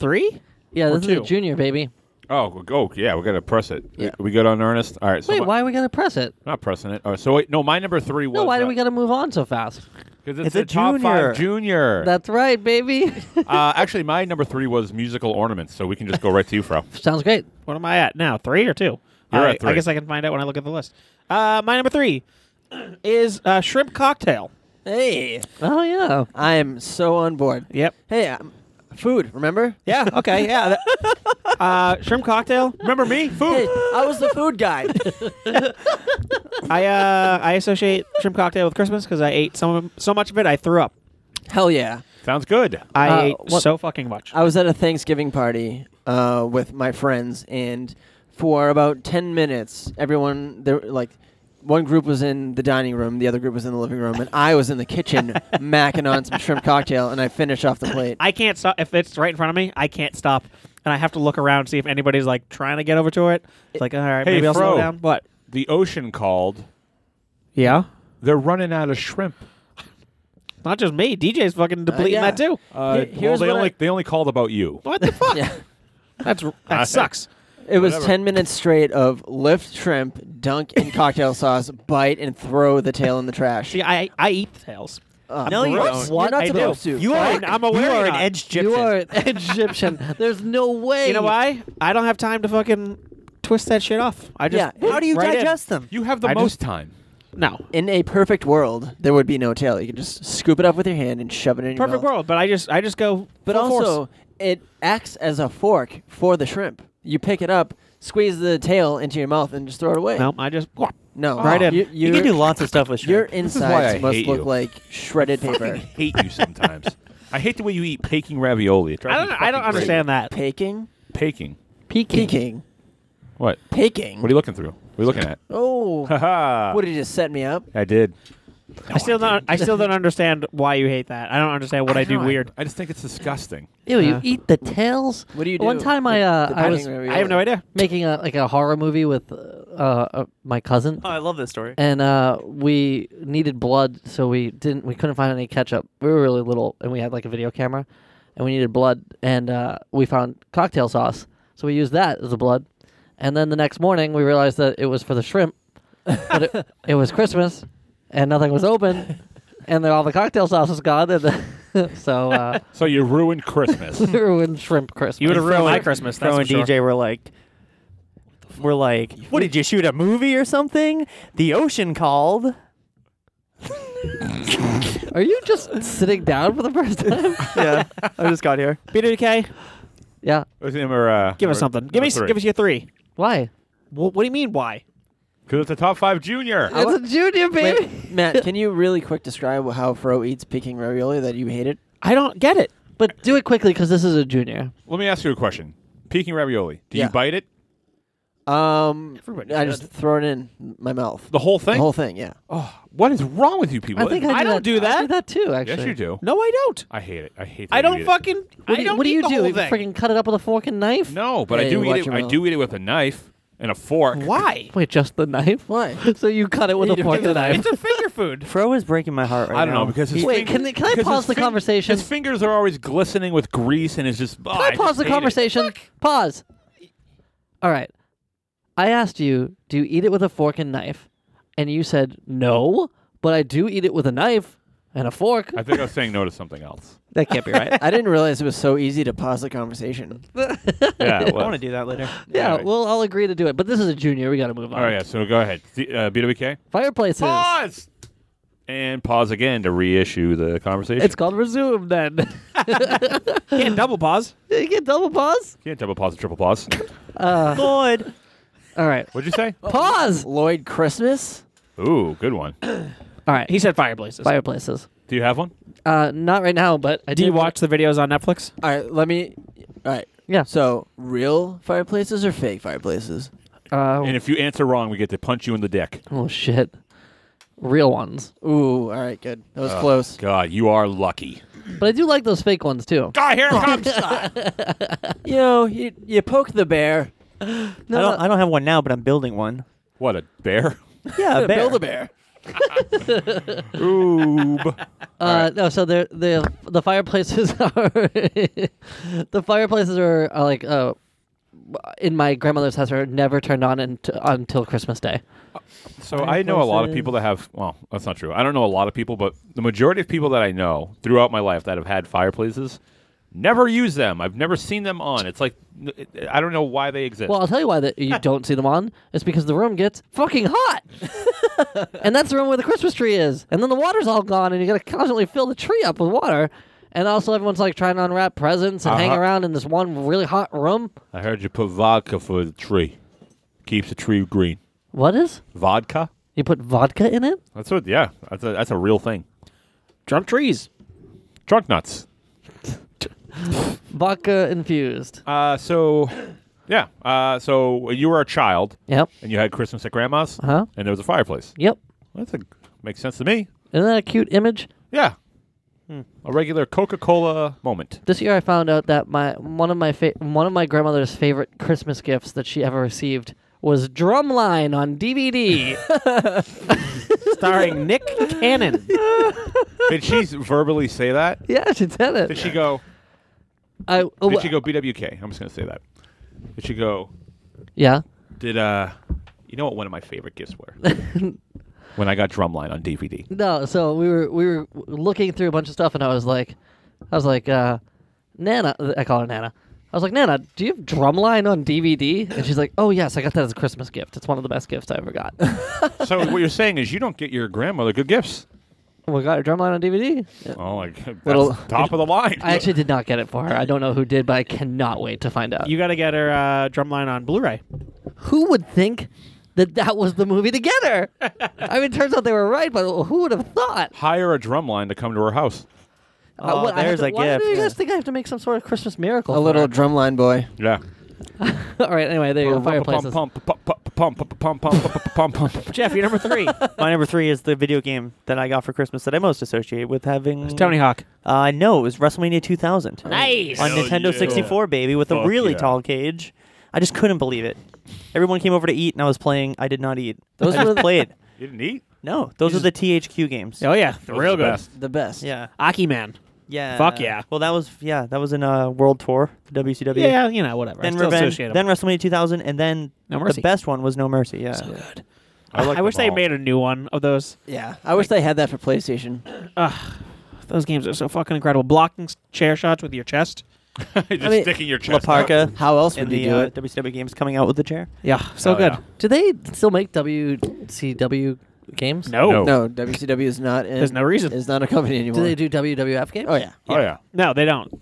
Speaker 6: three?
Speaker 3: yeah, this is a
Speaker 6: two.
Speaker 3: junior baby.
Speaker 5: Oh, we go. Yeah, we're gonna press it.
Speaker 4: Yeah.
Speaker 5: We good on earnest. All right. So
Speaker 3: Wait,
Speaker 5: my-
Speaker 3: why are we gonna press it?
Speaker 5: Not pressing it. Oh, so wait, no, my number three was.
Speaker 3: No, why do
Speaker 5: uh,
Speaker 3: we gotta move on so fast?
Speaker 5: 'cause it
Speaker 7: It's a
Speaker 5: said top five junior.
Speaker 3: That's right, baby.
Speaker 5: uh, actually, my number three was musical ornaments. So we can just go right to you, Fro.
Speaker 3: Sounds great.
Speaker 6: What am I at now? Three or two?
Speaker 5: You're
Speaker 6: I,
Speaker 5: at three.
Speaker 6: I guess I can find out when I look at the list. Uh, my number three is uh, shrimp cocktail.
Speaker 4: hey,
Speaker 3: Oh yeah.
Speaker 4: I am so on board.
Speaker 6: Yep.
Speaker 4: Hey, um, food. Remember?
Speaker 6: Yeah. Okay. Yeah. that- uh, shrimp cocktail.
Speaker 5: Remember me?
Speaker 4: Hey,
Speaker 5: Food.
Speaker 4: I was the food guy.
Speaker 6: I uh, I associate shrimp cocktail with Christmas because I ate some so much of it I threw up.
Speaker 4: Hell yeah!
Speaker 5: Sounds good.
Speaker 6: I
Speaker 3: Uh,
Speaker 6: ate
Speaker 3: what-
Speaker 6: so fucking much.
Speaker 4: I was at a Thanksgiving party uh, with my friends, and for about ten minutes, everyone there like one group was in the dining room, the other group was in the living room, and I was in the kitchen macking on some shrimp cocktail, and I finished off the plate.
Speaker 6: I can't stop if it's right in front of me. I can't stop, and I have to look around and see if anybody's like trying to get over to it. It's like all right,
Speaker 5: Hey,
Speaker 6: maybe I'll
Speaker 5: Fro.
Speaker 6: slow down. What?
Speaker 5: The ocean called.
Speaker 6: Yeah.
Speaker 5: They're running out of shrimp.
Speaker 6: Not just me. DJ's fucking depleting
Speaker 4: yeah.
Speaker 6: that too.
Speaker 5: Uh,
Speaker 4: He-
Speaker 5: well,
Speaker 4: here's
Speaker 5: they
Speaker 4: what
Speaker 5: only
Speaker 4: I-
Speaker 5: they only called about you.
Speaker 6: What the fuck?
Speaker 4: yeah.
Speaker 6: That's
Speaker 5: I-
Speaker 6: that sucks.
Speaker 4: It was
Speaker 5: Whatever.
Speaker 4: 10 minutes straight of lift shrimp, dunk in cocktail sauce, bite, and throw the tail in the trash.
Speaker 6: See, I I eat tails.
Speaker 4: Uh,
Speaker 7: No, you
Speaker 4: gross.
Speaker 7: don't.
Speaker 4: You're not
Speaker 6: I do.
Speaker 4: supposed to.
Speaker 7: You are. An,
Speaker 6: I'm aware
Speaker 7: You are
Speaker 6: you're
Speaker 7: an
Speaker 6: not.
Speaker 7: edge
Speaker 3: You
Speaker 7: gypsy.
Speaker 3: are an Egyptian. There's no way.
Speaker 6: You know why? I don't have time to fucking twist that shit off. I
Speaker 4: Yeah.
Speaker 6: just
Speaker 7: How do you
Speaker 6: right in.
Speaker 7: digest them?
Speaker 5: You have the
Speaker 6: I
Speaker 5: most
Speaker 6: just-
Speaker 5: time.
Speaker 6: No.
Speaker 4: In a perfect world, there would be no tail. You could just scoop it up with your hand and shove it in your
Speaker 6: Perfect
Speaker 4: mouth.
Speaker 6: world, but I just I just go.
Speaker 4: But
Speaker 6: full force.
Speaker 4: also, it acts as a fork for the shrimp. You pick it up, squeeze the tail into your mouth, and just throw it away.
Speaker 6: no, I just whop.
Speaker 4: No.
Speaker 6: Right in.
Speaker 4: You,
Speaker 7: You can do
Speaker 4: your-
Speaker 7: lots of stuff with
Speaker 4: Your
Speaker 7: shrimp.
Speaker 5: why I
Speaker 4: insides must
Speaker 5: hate
Speaker 4: look
Speaker 5: you.
Speaker 4: like shredded paper.
Speaker 5: hate you sometimes. I hate the way you eat baking ravioli. It drives
Speaker 6: I don't
Speaker 5: me
Speaker 6: I don't
Speaker 5: fucking crazy.
Speaker 6: understand that.
Speaker 4: Peking?
Speaker 5: Baking.
Speaker 3: Peking.
Speaker 4: Peking.
Speaker 5: What?
Speaker 4: Peking.
Speaker 5: What are you looking through? What are you looking at?
Speaker 4: oh.
Speaker 5: Ha
Speaker 4: what, did you just set me up?
Speaker 5: I did.
Speaker 6: I still don't I still don't understand why you hate that. I don't understand what I, do
Speaker 5: know,
Speaker 6: weird.
Speaker 5: I just think it's disgusting.
Speaker 3: Ew, you
Speaker 6: Uh,
Speaker 3: eat the tails?
Speaker 4: What do you do?
Speaker 3: One time I uh,
Speaker 4: The
Speaker 3: I
Speaker 4: packing
Speaker 3: was
Speaker 4: ravioli.
Speaker 6: I have no idea.
Speaker 3: making a like a horror movie with uh, uh, my cousin,
Speaker 7: Oh, I love this story.
Speaker 3: and uh, we needed blood, so we didn't we couldn't find any ketchup. We were really little, and we had like a video camera, and we needed blood, and uh, we found cocktail sauce, so we used that as the blood, and then the next morning we realized that it was for the shrimp, but it, it was Christmas, and nothing was open, and then all the cocktail sauce was gone, and then- so uh,
Speaker 5: So you ruined Christmas.
Speaker 3: ruined shrimp Christmas.
Speaker 6: You would have ruined my
Speaker 7: and-
Speaker 6: Christmas. That's
Speaker 7: Fro
Speaker 6: for
Speaker 7: and
Speaker 6: sure.
Speaker 7: DJ were like, we're like, what did you shoot a movie or something? The ocean called.
Speaker 3: Are you just sitting down for the first time?
Speaker 7: yeah, I just got here.
Speaker 6: BWK,
Speaker 3: yeah.
Speaker 5: It was number, uh,
Speaker 6: give us
Speaker 5: number-
Speaker 6: something. Give me
Speaker 5: number
Speaker 6: give us your three.
Speaker 3: Why?
Speaker 6: Wh- what do you mean? Why?
Speaker 5: Because it's a top five junior.
Speaker 3: It's a junior, baby.
Speaker 4: Wait, Matt, can you really quick describe how Fro eats picking ravioli that you hated?
Speaker 6: I don't get it.
Speaker 3: But do it quickly because this is a junior.
Speaker 5: Let me ask you a question. Peking ravioli. Do
Speaker 4: Yeah.
Speaker 5: you bite it?
Speaker 4: Um,
Speaker 6: Everybody
Speaker 4: I
Speaker 6: should.
Speaker 4: just throw it in my mouth.
Speaker 5: The whole thing?
Speaker 4: The whole thing, yeah.
Speaker 5: oh, what is wrong with you people?
Speaker 3: I think I,
Speaker 6: I don't do
Speaker 3: I
Speaker 6: that.
Speaker 3: do that too. Actually,
Speaker 5: yes, you do.
Speaker 6: No, I don't.
Speaker 5: I hate it. I hate. That
Speaker 6: I
Speaker 5: you
Speaker 6: don't
Speaker 5: eat it.
Speaker 6: fucking.
Speaker 3: What
Speaker 6: I
Speaker 3: do you,
Speaker 6: don't
Speaker 3: what do
Speaker 6: eat
Speaker 3: you
Speaker 6: the
Speaker 3: do?
Speaker 6: whole
Speaker 3: You
Speaker 6: thing.
Speaker 3: freaking cut it up with a fork and knife?
Speaker 5: No, but
Speaker 4: Yeah,
Speaker 5: I do
Speaker 4: you
Speaker 5: eat
Speaker 4: watch
Speaker 5: it.
Speaker 4: your
Speaker 5: I
Speaker 4: mouth.
Speaker 5: do eat it with a knife and a fork.
Speaker 6: Why?
Speaker 3: Wait, just the knife?
Speaker 4: Why?
Speaker 3: So you cut it with a fork and knife?
Speaker 6: it's a finger food.
Speaker 7: Fro is breaking my heart right
Speaker 5: I don't
Speaker 7: now.
Speaker 5: know because his
Speaker 3: Wait,
Speaker 5: finger-
Speaker 3: can- can I
Speaker 5: because
Speaker 3: pause
Speaker 5: his
Speaker 3: the conversation?
Speaker 5: His fingers are always glistening with grease, and it's just. oh,
Speaker 3: Can I pause
Speaker 5: just
Speaker 3: the
Speaker 5: hate it.
Speaker 3: conversation? Pause. All right. I asked you, do you eat it with a fork and knife? And you said no, but I do eat it with a knife and a fork.
Speaker 5: I think I was saying no to something else.
Speaker 3: that can't be right.
Speaker 4: I didn't realize it was so easy to pause the conversation.
Speaker 5: Yeah,
Speaker 7: I want to do that later.
Speaker 3: yeah,
Speaker 5: right.
Speaker 3: we'll all agree to do it. But this is a junior. We got to move on.
Speaker 5: All right, yeah, so go ahead. The- Uh, BWK?
Speaker 3: Fireplaces.
Speaker 5: Pause! And pause again to reissue the conversation.
Speaker 3: It's called resume. Then
Speaker 6: Can't double pause.
Speaker 3: you get double pause.
Speaker 5: Can't double pause or triple pause.
Speaker 7: Lloyd.
Speaker 3: All right.
Speaker 5: What'd you say?
Speaker 3: Pause.
Speaker 4: Lloyd Christmas?
Speaker 3: Oh.
Speaker 5: Ooh, good one.
Speaker 3: All right.
Speaker 6: He said fireplaces.
Speaker 3: Fireplaces.
Speaker 5: Do you have one?
Speaker 3: Uh, not right now, but I
Speaker 6: do you
Speaker 3: did-
Speaker 6: watch the videos on Netflix?
Speaker 4: All right, let me. All right.
Speaker 3: Yeah.
Speaker 4: So, real fireplaces or fake fireplaces?
Speaker 3: Uh,
Speaker 5: And if you answer wrong, we get to punch you in the dick.
Speaker 3: oh shit. Real ones,
Speaker 4: Ooh, all right, good. That was close.
Speaker 5: God, you are lucky.
Speaker 3: but I do like those fake ones too.
Speaker 5: God, here it comes!
Speaker 4: You know, you, you poke the bear.
Speaker 7: I
Speaker 3: No,
Speaker 7: don't. I don't have one now, but I'm building one.
Speaker 5: what, a bear?
Speaker 7: Yeah, a bear.
Speaker 4: Build a bear.
Speaker 5: Ooh.
Speaker 3: Uh, no, so they're, they the fireplaces are the fireplaces are, are like uh, in my grandmother's house are never turned on unt- until Christmas Day.
Speaker 5: So I know a lot of people that have, well, that's not true. I don't know a lot of people, but the majority of people that I know throughout my life that have had fireplaces never use them. I've never seen them on. It's like, I don't know why they exist.
Speaker 3: Well, I'll tell you why that you don't see them on. It's because the room gets fucking hot, and that's the room where the Christmas tree is, and then the water's all gone, and you gotta constantly fill the tree up with water. And also, everyone's like trying to unwrap presents and hang
Speaker 5: Uh-huh.
Speaker 3: around in this one really hot room.
Speaker 5: I heard you put vodka for the tree. Keeps the tree green.
Speaker 3: What is?
Speaker 5: Vodka?
Speaker 3: You put vodka in it?
Speaker 5: That's what. Yeah, that's a that's a real thing.
Speaker 6: Drunk trees.
Speaker 5: Drunk nuts.
Speaker 3: Vodka infused.
Speaker 5: Uh, so, yeah. Uh, so you were a child,
Speaker 3: Yep.
Speaker 5: and you had Christmas at grandma's,
Speaker 3: Uh-huh.
Speaker 5: and there was a fireplace.
Speaker 3: Yep.
Speaker 5: That's a makes sense to me.
Speaker 3: Isn't that a cute image?
Speaker 5: Yeah, a regular Coca Cola moment.
Speaker 3: This year, I found out that my one of my fa- one of my grandmother's favorite Christmas gifts that she ever received was Drumline on DVD.
Speaker 6: starring Nick Cannon.
Speaker 5: Did she verbally say that?
Speaker 3: yeah, she said it.
Speaker 5: Did she go?
Speaker 3: I, oh,
Speaker 5: Did she go BWK? I'm just gonna say that. Did she go?
Speaker 3: Yeah.
Speaker 5: Did uh, you know what one of my favorite gifts were? when I got Drumline on DVD.
Speaker 3: No. So we were we were looking through a bunch of stuff, and I was like, I was like, uh, Nana. I call her Nana. I was like, Nana, do you have Drumline on DVD? And she's like, Oh yes, I got that as a Christmas gift. It's one of the best gifts I ever got.
Speaker 5: So what you're saying is you don't get your grandmother good gifts.
Speaker 3: we got Drumline on DVD.
Speaker 5: Oh, like that's
Speaker 4: Little-
Speaker 5: top of the line.
Speaker 3: I actually did not get it for her. I don't know who did, but I cannot wait to find out.
Speaker 6: you got to get her uh, drumline on Blu-ray.
Speaker 3: who would think that that was the movie to get her? I mean, it turns out they were right, but who would have thought?
Speaker 5: hire a drum line to come to her house.
Speaker 3: Uh,
Speaker 7: Oh,
Speaker 3: what, I have
Speaker 7: there's
Speaker 3: to-
Speaker 7: a
Speaker 3: why do you
Speaker 7: gift.
Speaker 3: guys think I have to make some sort of Christmas miracle?
Speaker 4: A
Speaker 3: for
Speaker 4: little
Speaker 3: her?
Speaker 4: drumline boy.
Speaker 5: Yeah.
Speaker 3: All right. Anyway, there you go. Fireplaces.
Speaker 6: Jeff, you're number three.
Speaker 7: My number three is the video game that I got for Christmas that I most associate with having.
Speaker 6: Tony Hawk.
Speaker 7: Uh, no, it was WrestleMania 2000.
Speaker 6: Nice.
Speaker 7: On
Speaker 5: Hell
Speaker 7: Nintendo
Speaker 5: yeah.
Speaker 7: 64, baby, with
Speaker 5: Fuck
Speaker 7: a really
Speaker 5: yeah.
Speaker 7: tall cage. I just couldn't believe it. Everyone came over to eat, and I was playing. I did not eat.
Speaker 4: Those
Speaker 7: I
Speaker 4: were
Speaker 7: just
Speaker 4: the-
Speaker 7: played.
Speaker 5: You didn't eat?
Speaker 7: No, those are the THQ games.
Speaker 6: Oh yeah, the real
Speaker 5: are the
Speaker 6: good.
Speaker 5: best.
Speaker 4: The best.
Speaker 7: Yeah.
Speaker 6: Aki Man.
Speaker 7: Yeah.
Speaker 6: Fuck yeah.
Speaker 7: Well, that was yeah, that was in a World Tour, the WCW.
Speaker 6: Yeah, you know whatever.
Speaker 7: Then
Speaker 6: I still
Speaker 7: Revenge,
Speaker 6: associate
Speaker 7: then
Speaker 6: 'em.
Speaker 7: WrestleMania 2000, and then
Speaker 6: No
Speaker 7: the
Speaker 6: Mercy.
Speaker 7: best one was No Mercy. Yeah.
Speaker 6: good.
Speaker 5: I like
Speaker 6: I wish
Speaker 5: them
Speaker 6: they
Speaker 5: all.
Speaker 6: made a new one of those.
Speaker 4: Yeah. I wish they had that for PlayStation.
Speaker 6: Those games are so fucking incredible. Blocking s- chair shots with your chest.
Speaker 5: You're just
Speaker 4: I mean,
Speaker 5: sticking your chest. out.
Speaker 7: Parka
Speaker 4: How else would
Speaker 7: in the
Speaker 4: you do
Speaker 7: uh,
Speaker 4: it?
Speaker 7: WCW games coming out with the chair.
Speaker 6: Yeah, so
Speaker 5: Oh,
Speaker 6: good.
Speaker 5: yeah.
Speaker 3: Do they still make WCW games?
Speaker 6: No.
Speaker 5: No.
Speaker 4: No, WCW is not. In,
Speaker 6: There's no reason.
Speaker 4: Is not a company anymore.
Speaker 3: Do they do WWF games?
Speaker 4: oh yeah.
Speaker 5: Oh yeah.
Speaker 7: E
Speaker 6: No, they don't.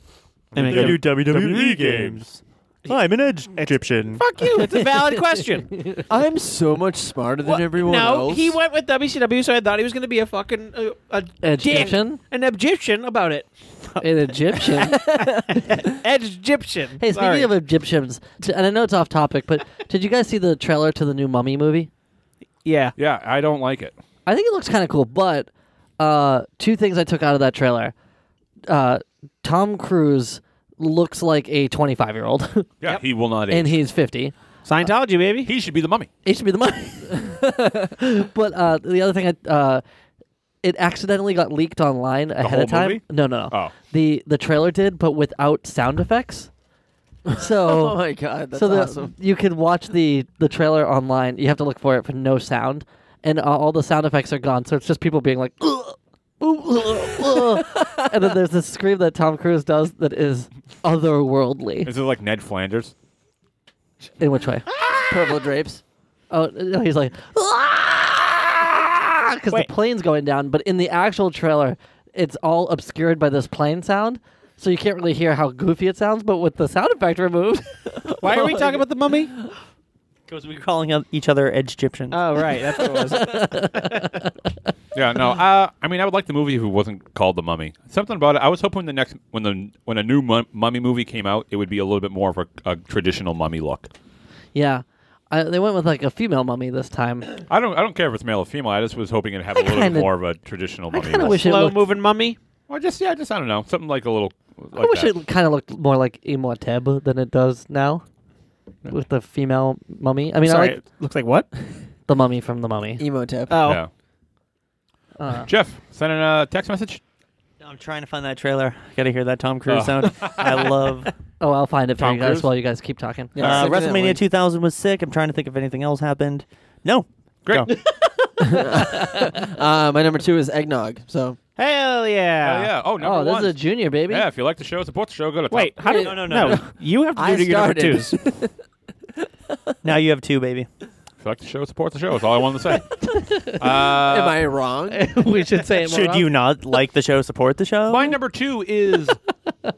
Speaker 6: They make them-
Speaker 7: WWE
Speaker 5: E games.
Speaker 7: I'm an edge Egyptian.
Speaker 6: Fuck you. It's a valid question.
Speaker 4: I'm so much smarter than
Speaker 6: What?
Speaker 4: everyone
Speaker 6: no,
Speaker 4: else.
Speaker 6: he went with WCW, so I thought he was going to be a fucking uh, a
Speaker 3: Egyptian?
Speaker 6: dick, an Egyptian about it.
Speaker 3: An Egyptian.
Speaker 6: Egyptian.
Speaker 3: hey, speaking
Speaker 6: Sorry.
Speaker 3: of Egyptians, t- and I know it's off topic, but did you guys see the trailer to the new Mummy movie?
Speaker 6: yeah,
Speaker 5: Yeah, I don't like it.
Speaker 3: I think it looks kind of cool, but uh, two things I took out of that trailer. Uh, Tom Cruise looks like a 25 year old,
Speaker 5: Yeah, he will not.
Speaker 3: and
Speaker 5: age.
Speaker 3: he's 50.
Speaker 6: Scientology, baby.
Speaker 5: he should be the mummy.
Speaker 3: It should be the money. but uh, the other thing, I, uh, it accidentally got leaked online ahead
Speaker 5: whole
Speaker 3: of time.
Speaker 5: movie?
Speaker 3: No, no, no.
Speaker 5: Oh.
Speaker 3: The the trailer did, but without sound effects. So.
Speaker 4: Oh my god, that's
Speaker 3: so the,
Speaker 4: awesome.
Speaker 3: you can watch the the trailer online. You have to look for it for no sound, and uh, all the sound effects are gone. So it's just people being like, "Ugh, ooh, ugh, ugh." and then there's this scream that Tom Cruise does that is otherworldly.
Speaker 5: Is it like Ned Flanders?
Speaker 3: In which way?
Speaker 4: Purple drapes.
Speaker 3: Oh, no, he's like, because the
Speaker 6: Wait.
Speaker 3: plane's going down. But in the actual trailer, it's all obscured by this plane sound. So you can't really hear how goofy it sounds, but with the sound effect removed,
Speaker 6: Why are we talking about the mummy?
Speaker 7: Because we're calling out each other edge Egyptian.
Speaker 6: Oh, right. That's what it was.
Speaker 5: Yeah, no. Uh, I mean, I would like the movie if it wasn't called The Mummy. Something about it. I was hoping the next when the when a new mu- mummy movie came out, it would be a little bit more of a, a traditional mummy look.
Speaker 3: yeah, I, they went with like a female mummy this time.
Speaker 5: I don't I don't care if it's male or female. I just was hoping it'd have a little
Speaker 3: kinda-
Speaker 5: bit more of a traditional
Speaker 3: I
Speaker 5: mummy.
Speaker 3: kinda
Speaker 5: look.
Speaker 3: wish it
Speaker 6: Slow
Speaker 3: looked,
Speaker 6: moving mummy.
Speaker 5: Well, just yeah, just I don't know, something like a little. Like
Speaker 3: I wish
Speaker 5: that.
Speaker 3: it kind of looked more like Imhotep than it does now, with the female mummy. I mean,
Speaker 6: Sorry,
Speaker 3: I like
Speaker 6: it looks like what?
Speaker 3: the mummy from the mummy.
Speaker 4: Emotep.
Speaker 6: Oh,
Speaker 5: Yeah.
Speaker 3: Uh,
Speaker 5: Jeff, send in a text message.
Speaker 7: I'm trying to find that trailer. Gotta hear that Tom Cruise
Speaker 5: Oh.
Speaker 7: sound. I love.
Speaker 3: oh, I'll find it for
Speaker 5: Tom
Speaker 3: you guys
Speaker 5: Cruise?
Speaker 3: while you guys keep talking.
Speaker 4: Yeah,
Speaker 7: Uh,
Speaker 4: send me that
Speaker 7: WrestleMania
Speaker 4: link.
Speaker 7: 2000 was sick. I'm trying to think if anything else happened. No.
Speaker 5: Great.
Speaker 7: Go.
Speaker 4: Uh, my number two is eggnog. So
Speaker 6: hell
Speaker 5: Oh,
Speaker 6: yeah.
Speaker 5: yeah. Oh, number
Speaker 3: Oh, this
Speaker 5: one.
Speaker 3: is a junior baby.
Speaker 5: yeah, if you like the show, support the show. Go to
Speaker 6: Wait,
Speaker 5: Top.
Speaker 6: how did?
Speaker 7: No, no, no, no.
Speaker 6: You have to do
Speaker 4: I
Speaker 6: to your number
Speaker 4: started.
Speaker 6: twos.
Speaker 7: Now you have two, baby.
Speaker 5: If you like the show, support the show. That's all I wanted to say. uh,
Speaker 4: am I wrong?
Speaker 3: we should say it more
Speaker 7: Should you
Speaker 3: often.
Speaker 7: not like the show, support the show?
Speaker 5: my number two is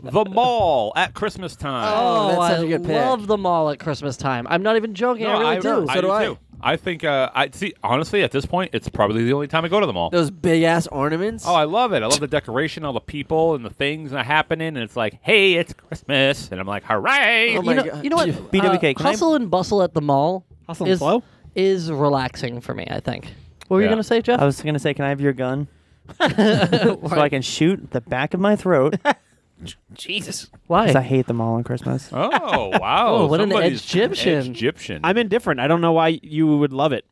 Speaker 5: the mall at Christmas time.
Speaker 3: Oh,
Speaker 4: that's such
Speaker 3: I
Speaker 4: a good pick.
Speaker 3: love them all at Christmas time. I'm not even joking. I really do.
Speaker 5: I
Speaker 4: So do I.
Speaker 5: too. I think uh, I see. Honestly, at this point, it's probably the only time I go to the mall.
Speaker 4: Those big ass ornaments.
Speaker 5: Oh, I love it! I love the decoration, all the people, and the things that are happening. And it's like, hey, it's Christmas, and I'm like, hooray!
Speaker 4: Oh
Speaker 3: you
Speaker 4: my
Speaker 3: know,
Speaker 4: God.
Speaker 3: you know what?
Speaker 7: BWK,
Speaker 3: Uh,
Speaker 7: can I-
Speaker 3: hustle and bustle at the mall
Speaker 6: Hustle and
Speaker 3: is,
Speaker 6: flow?
Speaker 3: is relaxing for me, I think. What were you
Speaker 5: Yeah.
Speaker 3: going to say, Jeff?
Speaker 7: I was gonna say, can I have your gun? so I can shoot the back of my throat.
Speaker 6: Jesus.
Speaker 3: Why?
Speaker 7: Because I hate them all on Christmas.
Speaker 5: Oh wow!
Speaker 3: Oh, what an
Speaker 5: Somebody's
Speaker 3: Egyptian.
Speaker 5: Egyptian.
Speaker 6: I'm indifferent. I don't know why you would love it.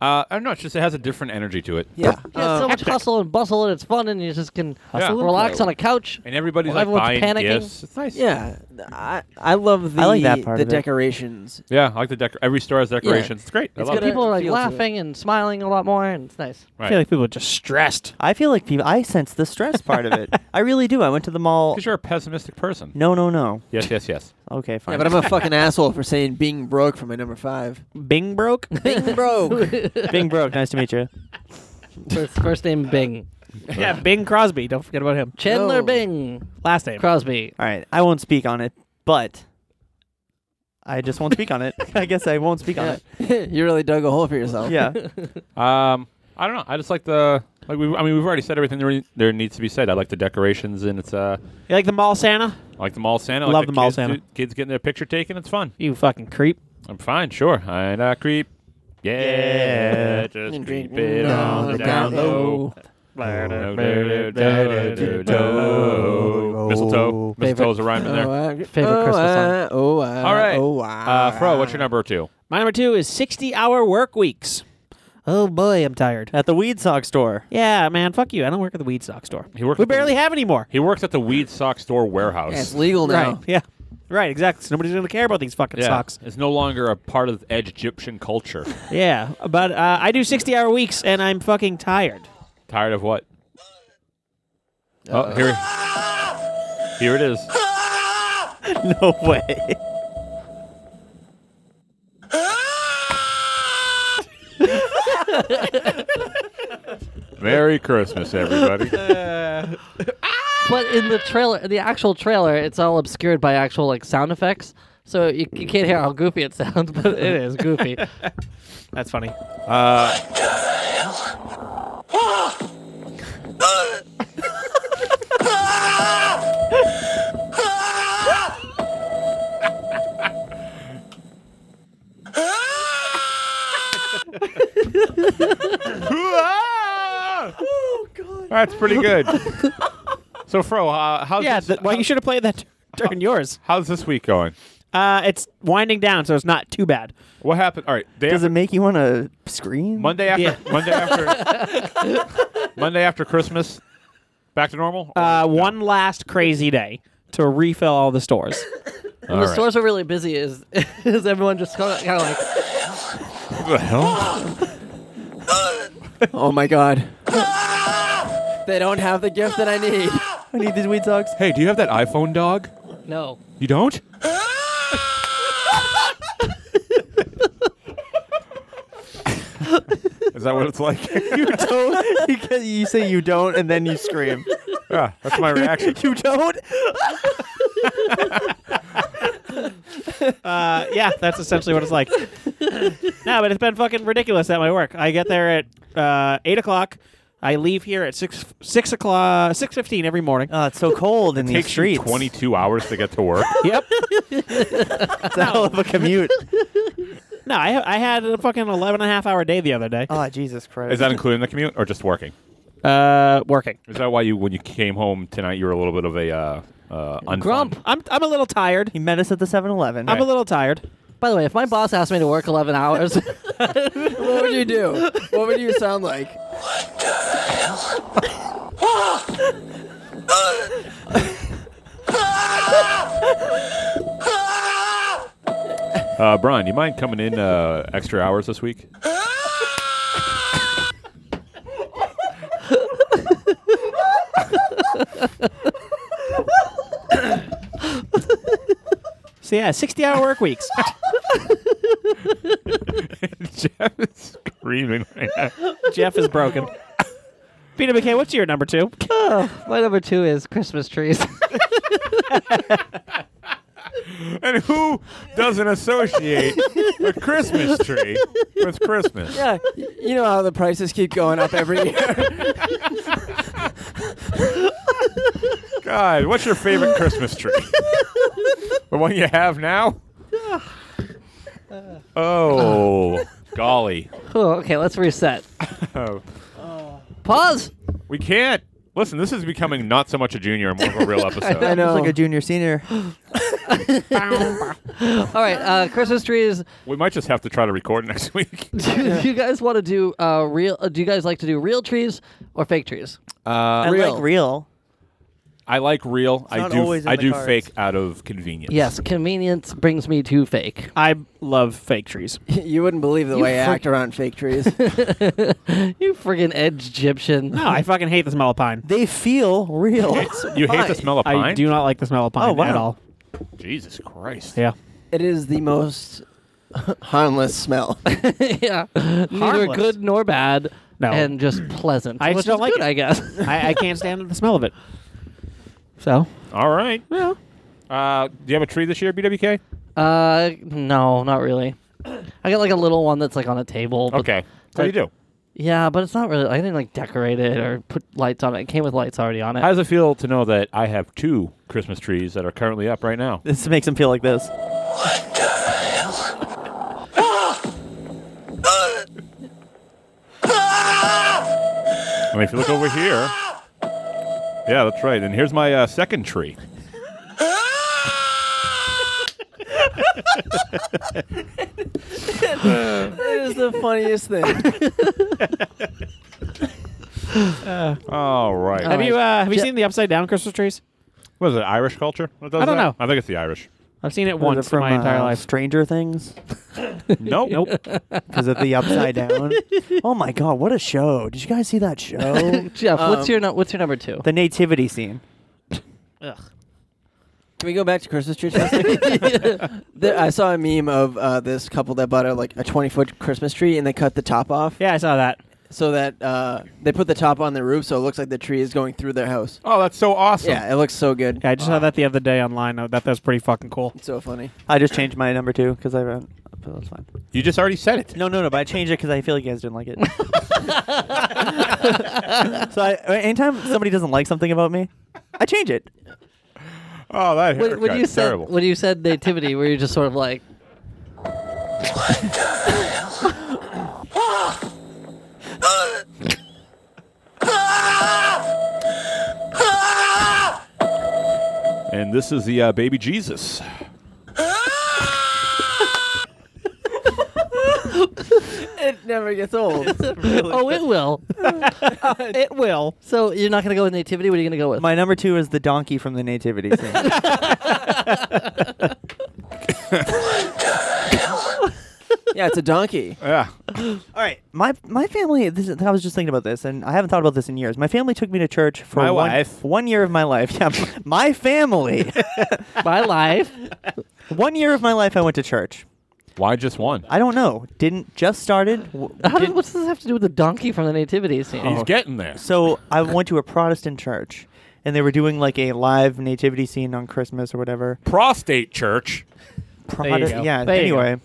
Speaker 5: Uh, I don't know. It's just it has a different energy to it.
Speaker 4: yeah.
Speaker 3: Yeah,
Speaker 4: Um,
Speaker 3: so much hustle and bustle, and it's fun, and you just can
Speaker 5: Yeah. and
Speaker 3: relax
Speaker 4: flow.
Speaker 3: on a couch.
Speaker 5: And everybody's
Speaker 3: Well,
Speaker 5: like buying
Speaker 3: everyone's panicking.
Speaker 5: gifts. It's nice.
Speaker 4: yeah. I I love the
Speaker 7: I like that part
Speaker 4: the
Speaker 7: of it.
Speaker 4: decorations.
Speaker 5: Yeah, I like the decor. Every store has decorations. It's great. I
Speaker 4: It's
Speaker 5: love
Speaker 4: got
Speaker 5: it.
Speaker 4: a-
Speaker 3: People are like
Speaker 4: feel to it.
Speaker 3: laughing and smiling a lot more, and it's nice.
Speaker 6: I feel
Speaker 5: Right.
Speaker 6: like people are just stressed.
Speaker 7: I feel like people. I sense the stress part of it. I really do. I went to the mall.
Speaker 5: Because you're a pessimistic person.
Speaker 7: No, no, no.
Speaker 5: Yes, yes, yes.
Speaker 7: Okay, fine.
Speaker 4: Yeah, but I'm a fucking asshole for saying being broke for my number five.
Speaker 6: Bing broke.
Speaker 4: Being broke.
Speaker 7: Bing Broke. Nice to meet you.
Speaker 3: First, first name Bing,
Speaker 6: yeah, Bing Crosby. Don't forget about him.
Speaker 3: Chandler
Speaker 4: No.
Speaker 3: Bing
Speaker 6: Last name.
Speaker 3: Crosby.
Speaker 7: All right, I won't speak on it, but I just won't speak on it. I guess I won't speak on it.
Speaker 4: you really dug a hole for yourself.
Speaker 7: Yeah.
Speaker 5: Um, I don't know. I just like the like. We, I mean, we've already said everything there, there needs to be said. I like the decorations, and it's uh,
Speaker 6: You like the mall Santa?
Speaker 5: I like the mall Santa. I
Speaker 6: Love
Speaker 5: like
Speaker 6: the mall
Speaker 5: kids
Speaker 6: Santa.
Speaker 5: do- kids getting their picture taken. It's fun.
Speaker 6: You fucking creep.
Speaker 5: I'm fine. Sure. I not creep. Yeah,
Speaker 7: Yeah.
Speaker 5: just
Speaker 4: And
Speaker 5: creep
Speaker 4: drink
Speaker 5: it
Speaker 4: down
Speaker 5: on
Speaker 4: the
Speaker 5: down
Speaker 4: down
Speaker 5: low. Mistletoe. Mistletoe's a rhyme in there.
Speaker 4: Oh, I,
Speaker 3: Favorite
Speaker 4: oh,
Speaker 3: Christmas song.
Speaker 4: I, Oh, I,
Speaker 5: All right.
Speaker 4: Oh, I,
Speaker 5: Uh, Fro, what's your number two?
Speaker 6: My number two is 60 hour work weeks. Oh boy, I'm tired.
Speaker 7: At the weed sock store.
Speaker 6: Yeah, man, fuck you. I don't work at the weed stock store.
Speaker 5: He works
Speaker 6: We
Speaker 5: at the-
Speaker 6: barely have any more.
Speaker 5: He works at the weed sock store
Speaker 4: Yeah, it's
Speaker 5: warehouse.
Speaker 4: legal now.
Speaker 6: Right. Oh, Yeah. Right, exactly. So nobody's going to care about these fucking socks.
Speaker 5: It's no longer a part of edge Egyptian culture.
Speaker 6: Yeah. But uh, I do 60 hour weeks and I'm fucking tired.
Speaker 5: Tired of what? Oh, here, here it is.
Speaker 7: No way.
Speaker 5: Merry Christmas, everybody.
Speaker 3: But in the trailer, the actual trailer, it's all obscured by actual like sound effects. So you, you can't hear how goofy it sounds, but it is goofy.
Speaker 6: That's funny.
Speaker 5: Uh, That's pretty good. so, Fro, uh, how's
Speaker 6: Yeah,
Speaker 5: this,
Speaker 6: th- well, you should have played that during yours.
Speaker 5: how's this week going?
Speaker 6: Uh, it's winding down, so it's not too bad.
Speaker 5: What happened? All right, day
Speaker 7: Does
Speaker 5: after,
Speaker 7: it make you want to scream?
Speaker 5: Monday after
Speaker 6: Yeah.
Speaker 5: Monday after Monday after Christmas, back to normal.
Speaker 6: Uh, One last crazy day to refill all the stores.
Speaker 3: When the stores are really busy, is is everyone just kind of like
Speaker 5: the hell?
Speaker 4: Oh my god. they don't have the gift that I need.
Speaker 7: I need these weed socks.
Speaker 5: Hey, do you have that iPhone dog?
Speaker 3: no.
Speaker 5: You don't? Is that what it's like?
Speaker 7: don't. You, get- you say you don't, and then you scream.
Speaker 5: yeah, that's my reaction.
Speaker 7: You don't.
Speaker 6: Uh, yeah, that's essentially what it's like. no, but it's been fucking ridiculous at my work. I get there at uh, eight o'clock. I leave here at six six o'clock six fifteen every morning.
Speaker 7: Oh, it's so cold in these
Speaker 5: Takes you
Speaker 7: streets.
Speaker 5: 22 hours to get to work.
Speaker 6: yep.
Speaker 7: It's a hell of a commute.
Speaker 6: No, I ha- I had a fucking 11 and a half hour day the other day.
Speaker 7: oh, Jesus Christ.
Speaker 5: Is that including the commute or just working?
Speaker 6: Uh, working.
Speaker 5: Is that why you, when you came home tonight, you were a little bit of a uh, uh, unfun?
Speaker 3: Grump.
Speaker 6: I'm I'm a little tired.
Speaker 7: he met us at the 7-Eleven.
Speaker 6: I'm a little tired.
Speaker 3: By the way, if my boss asked me to work 11 hours,
Speaker 4: What would you do? What would you sound like?
Speaker 5: Uh, Brian, you mind coming in uh, extra hours this week?
Speaker 6: So yeah, 60 hour work weeks.
Speaker 5: Jeff is screaming right now.
Speaker 6: Jeff is broken. Peter McKay, what's your number two?
Speaker 3: my number two is Christmas trees.
Speaker 5: And who doesn't associate a Christmas tree with Christmas?
Speaker 4: Yeah, y- you know how the prices keep going up every year.
Speaker 5: God, what's your favorite Christmas tree? the one you have now? Oh, golly.
Speaker 3: oh, okay, let's reset.
Speaker 5: Oh.
Speaker 3: Pause.
Speaker 5: We can't. Listen, this is becoming not so much a junior and more of a real episode.
Speaker 4: I know.
Speaker 7: It's like a junior senior.
Speaker 3: All right, uh, Christmas trees.
Speaker 5: We might just have to try to record next week.
Speaker 3: Do you guys want to do uh, real? Uh, do you guys like to do real trees or fake trees?
Speaker 7: I like real.
Speaker 5: Uh, I like real. I
Speaker 7: not
Speaker 5: do.
Speaker 7: always in
Speaker 5: I
Speaker 7: the
Speaker 5: do
Speaker 7: cards.
Speaker 5: fake out of convenience.
Speaker 3: Yes, convenience brings me to fake.
Speaker 6: I love fake trees.
Speaker 4: you wouldn't believe the
Speaker 3: You
Speaker 4: way I
Speaker 3: freak-
Speaker 4: act around fake trees.
Speaker 3: You friggin' edge Egyptian.
Speaker 6: No, I fucking hate the smell of pine.
Speaker 7: They feel real.
Speaker 5: You hate the smell of pine.
Speaker 6: I do not like the smell of pine
Speaker 7: Oh, wow.
Speaker 6: at all.
Speaker 5: Jesus Christ.
Speaker 6: Yeah.
Speaker 4: it is the most harmless smell.
Speaker 3: yeah, neither
Speaker 6: Harmless.
Speaker 3: good nor bad.
Speaker 6: No.
Speaker 3: and just pleasant.
Speaker 6: I
Speaker 3: which
Speaker 6: just don't
Speaker 3: is
Speaker 6: like
Speaker 3: good,
Speaker 6: it.
Speaker 3: I guess.
Speaker 6: I, I can't stand the smell of it. So
Speaker 5: All right.
Speaker 6: yeah.
Speaker 5: Uh, do you have a tree this year, BWK?
Speaker 3: Uh, no, not really. I got like a little one that's like on a table. but-
Speaker 5: Okay. What do you do?
Speaker 3: Yeah, but it's not really. I didn't like decorate it or put lights on it. It came with lights already on it.
Speaker 5: How does it feel to know that I have two Christmas trees that are currently up right now?
Speaker 7: this makes him feel like this.
Speaker 5: I mean, if you look over here. Yeah, that's right. And here's my uh, second tree.
Speaker 4: It is the funniest thing.
Speaker 5: All right.
Speaker 3: Uh,
Speaker 6: Have you uh, have you
Speaker 3: Je-
Speaker 6: seen the upside down Christmas trees?
Speaker 5: What is it, Irish culture? that does
Speaker 6: I don't
Speaker 5: that?
Speaker 6: know.
Speaker 5: I think it's the Irish.
Speaker 6: I've seen it once in my entire life.
Speaker 7: uh, Stranger Things
Speaker 5: Nope.
Speaker 6: Nope.
Speaker 7: because of the upside down. oh my God, what a show! Did you guys see that show?
Speaker 3: Jeff, what's your no- what's your number two?
Speaker 7: the nativity scene.
Speaker 4: Can we go back to Christmas trees? There- I saw a meme of uh, this couple that bought a, like a 20 foot Christmas tree and they cut the top off.
Speaker 6: Yeah, I saw that.
Speaker 4: so that uh, they put the top on the roof, so it looks like the tree is going through their house.
Speaker 5: Oh, that's so awesome.
Speaker 4: Yeah, it looks so good.
Speaker 6: Yeah, I just saw that the other day online. I thought that was pretty fucking cool.
Speaker 4: It's so funny.
Speaker 7: I just changed my number too because I ran. But that's fine.
Speaker 5: You just already said it.
Speaker 7: No, no, no. But I changed it because I feel like you guys didn't like it. so I, anytime somebody doesn't like something about me, I change it.
Speaker 5: Oh, that
Speaker 3: When,
Speaker 5: haircut.
Speaker 3: when you said
Speaker 5: terrible.
Speaker 3: when you said nativity, were you just sort of like,
Speaker 5: and this is the uh, baby Jesus.
Speaker 4: It never gets old.
Speaker 3: oh, it will.
Speaker 6: It will.
Speaker 3: So you're not gonna go with nativity. What are you gonna go with?
Speaker 7: My number two is the donkey from the nativity scene.
Speaker 4: yeah, it's a donkey.
Speaker 5: Yeah.
Speaker 7: All right, my my family. This is, I was just thinking about this, and I haven't thought about this in years. My family took me to church for
Speaker 5: My
Speaker 7: one,
Speaker 5: wife.
Speaker 7: one year of my life. Yeah, my family.
Speaker 3: My life.
Speaker 7: one year of my life, I went to church.
Speaker 5: Why just one?
Speaker 7: I don't know. Didn't just started. w-
Speaker 3: How did,
Speaker 7: didn't-
Speaker 3: what's this have to do with the donkey from the nativity scene?
Speaker 5: He's getting there.
Speaker 7: so I went to a Protestant church, and they were doing like a live nativity scene on Christmas or whatever.
Speaker 5: Prostate church.
Speaker 6: you
Speaker 7: Protest-
Speaker 6: go.
Speaker 7: yeah.
Speaker 3: There you go.
Speaker 7: anyway,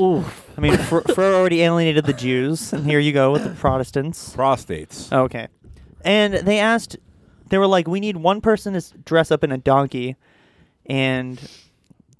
Speaker 3: Oof.
Speaker 7: I mean, Fro Fro already alienated the Jews, and here you go with the Protestants.
Speaker 5: Prostates.
Speaker 7: Oh, Okay. And they asked, they were like, we need one person to s- dress up in a donkey and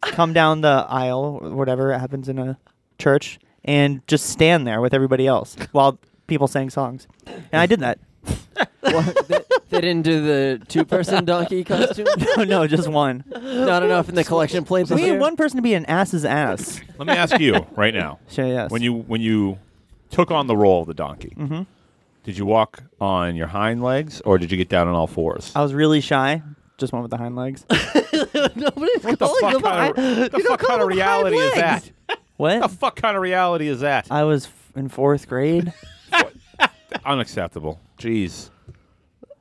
Speaker 7: come down the aisle, or whatever happens in a church, and just stand there with everybody else while people sang songs. And I did that.
Speaker 4: What? they, they didn't do the two-person donkey costume.
Speaker 7: no, no, just one.
Speaker 4: Not enough in the collection plate.
Speaker 7: We
Speaker 4: this
Speaker 7: need
Speaker 4: year?
Speaker 7: one person to be an ass's ass.
Speaker 5: Let me ask you right now.
Speaker 7: Sure, yes.
Speaker 5: When you when you took on the role of the donkey,
Speaker 3: Mm-hmm.
Speaker 5: did you walk on your hind legs or did you get down on all fours?
Speaker 7: I was really shy. Just one with the hind legs.
Speaker 3: Nobody's
Speaker 5: What the
Speaker 3: calling
Speaker 5: fuck
Speaker 3: them
Speaker 5: kind
Speaker 3: a-
Speaker 5: of, the
Speaker 3: you don't
Speaker 5: fuck
Speaker 3: call
Speaker 5: kind
Speaker 3: them hind
Speaker 5: of reality is
Speaker 3: legs.
Speaker 5: that?
Speaker 7: What?
Speaker 5: The fuck kind of reality is that?
Speaker 7: I was f- in fourth grade.
Speaker 5: Unacceptable. Jeez.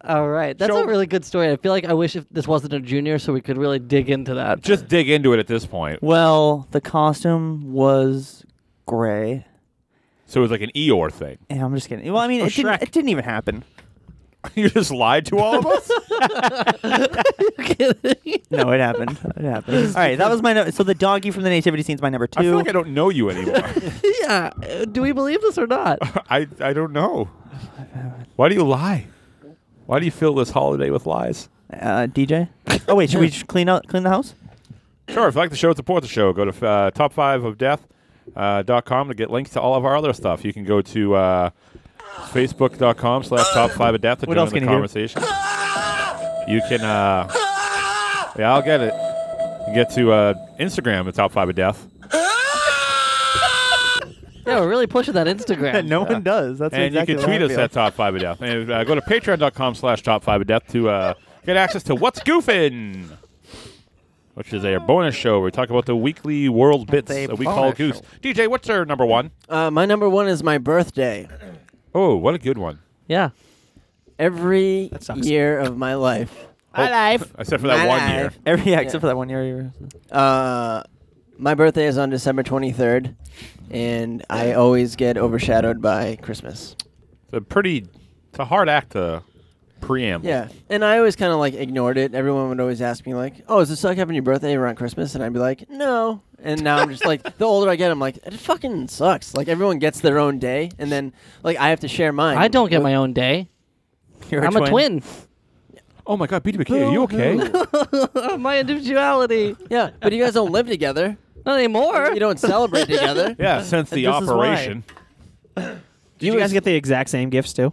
Speaker 3: All right, that's
Speaker 5: Show-
Speaker 3: a really good story. I feel like I wish if this wasn't a junior, so we could really dig into that.
Speaker 5: Just dig into it at this point.
Speaker 7: Well, the costume was gray.
Speaker 5: So it was like an Eeyore thing.
Speaker 7: Yeah, I'm just kidding. Well, I mean, it,
Speaker 6: Shrek.
Speaker 7: didn't, it didn't even happen.
Speaker 5: you just lied to all of us?
Speaker 7: No, it happened. It happened. All right, that was my no- so the donkey from the nativity scene is my number
Speaker 5: I feel
Speaker 7: two.
Speaker 5: like I don't know you anymore.
Speaker 3: yeah, uh, do we believe this or not?
Speaker 5: I, I don't know. Why do you lie? Why do you fill this holiday with lies?
Speaker 7: uh, DJ. Oh wait, should we just clean out clean the house?
Speaker 5: Sure, if you like the show, support the show. Go to uh, top five of death uh, dot com to get links to all of our other stuff. You can go to uh, facebook.com slash top five of death to
Speaker 7: What
Speaker 5: join
Speaker 7: else
Speaker 5: the
Speaker 7: can you do?
Speaker 5: conversation. You can, uh, yeah, I'll get it. You get to uh, Instagram at top five of death.
Speaker 3: yeah, we're really pushing that Instagram.
Speaker 7: no one does. That's
Speaker 5: and
Speaker 7: exactly
Speaker 5: you can tweet us at top five of death and uh, go to patreon.com slash top five of death to uh, get access to what's goofin which is a bonus show where we talk about the weekly world bits
Speaker 7: a
Speaker 5: that we call
Speaker 7: bonus
Speaker 5: goose dj what's our number one?
Speaker 4: Uh, my number one is my birthday.
Speaker 5: Oh, what a good one
Speaker 3: Yeah.
Speaker 4: Every
Speaker 6: sucks.
Speaker 4: year of my life,
Speaker 5: My
Speaker 6: life.
Speaker 5: Oh, except for that
Speaker 4: My
Speaker 5: one
Speaker 4: life.
Speaker 5: year
Speaker 7: Every yeah, except for that one year. you were-
Speaker 4: uh, my birthday is on December 23rd, and I always get overshadowed by Christmas.
Speaker 5: it's a pretty it's a hard act to preamble
Speaker 4: Yeah, and I always kind of like ignored it. Everyone would always ask me like, "Oh, is this like having your birthday around Christmas?" And I'd be like, "No." And now I'm just like, the older I get, I'm like, it fucking sucks. Like everyone gets their own day, and then like I have to share mine.
Speaker 3: I don't get my own day.
Speaker 7: You're
Speaker 3: I'm a twin.
Speaker 5: oh my god bdbk are you okay
Speaker 3: my individuality.
Speaker 4: Yeah, but you guys don't live together.
Speaker 3: Not anymore.
Speaker 4: You don't celebrate together.
Speaker 5: yeah since the
Speaker 7: This is why.
Speaker 5: operation
Speaker 6: Did you, guys get the exact same gifts too?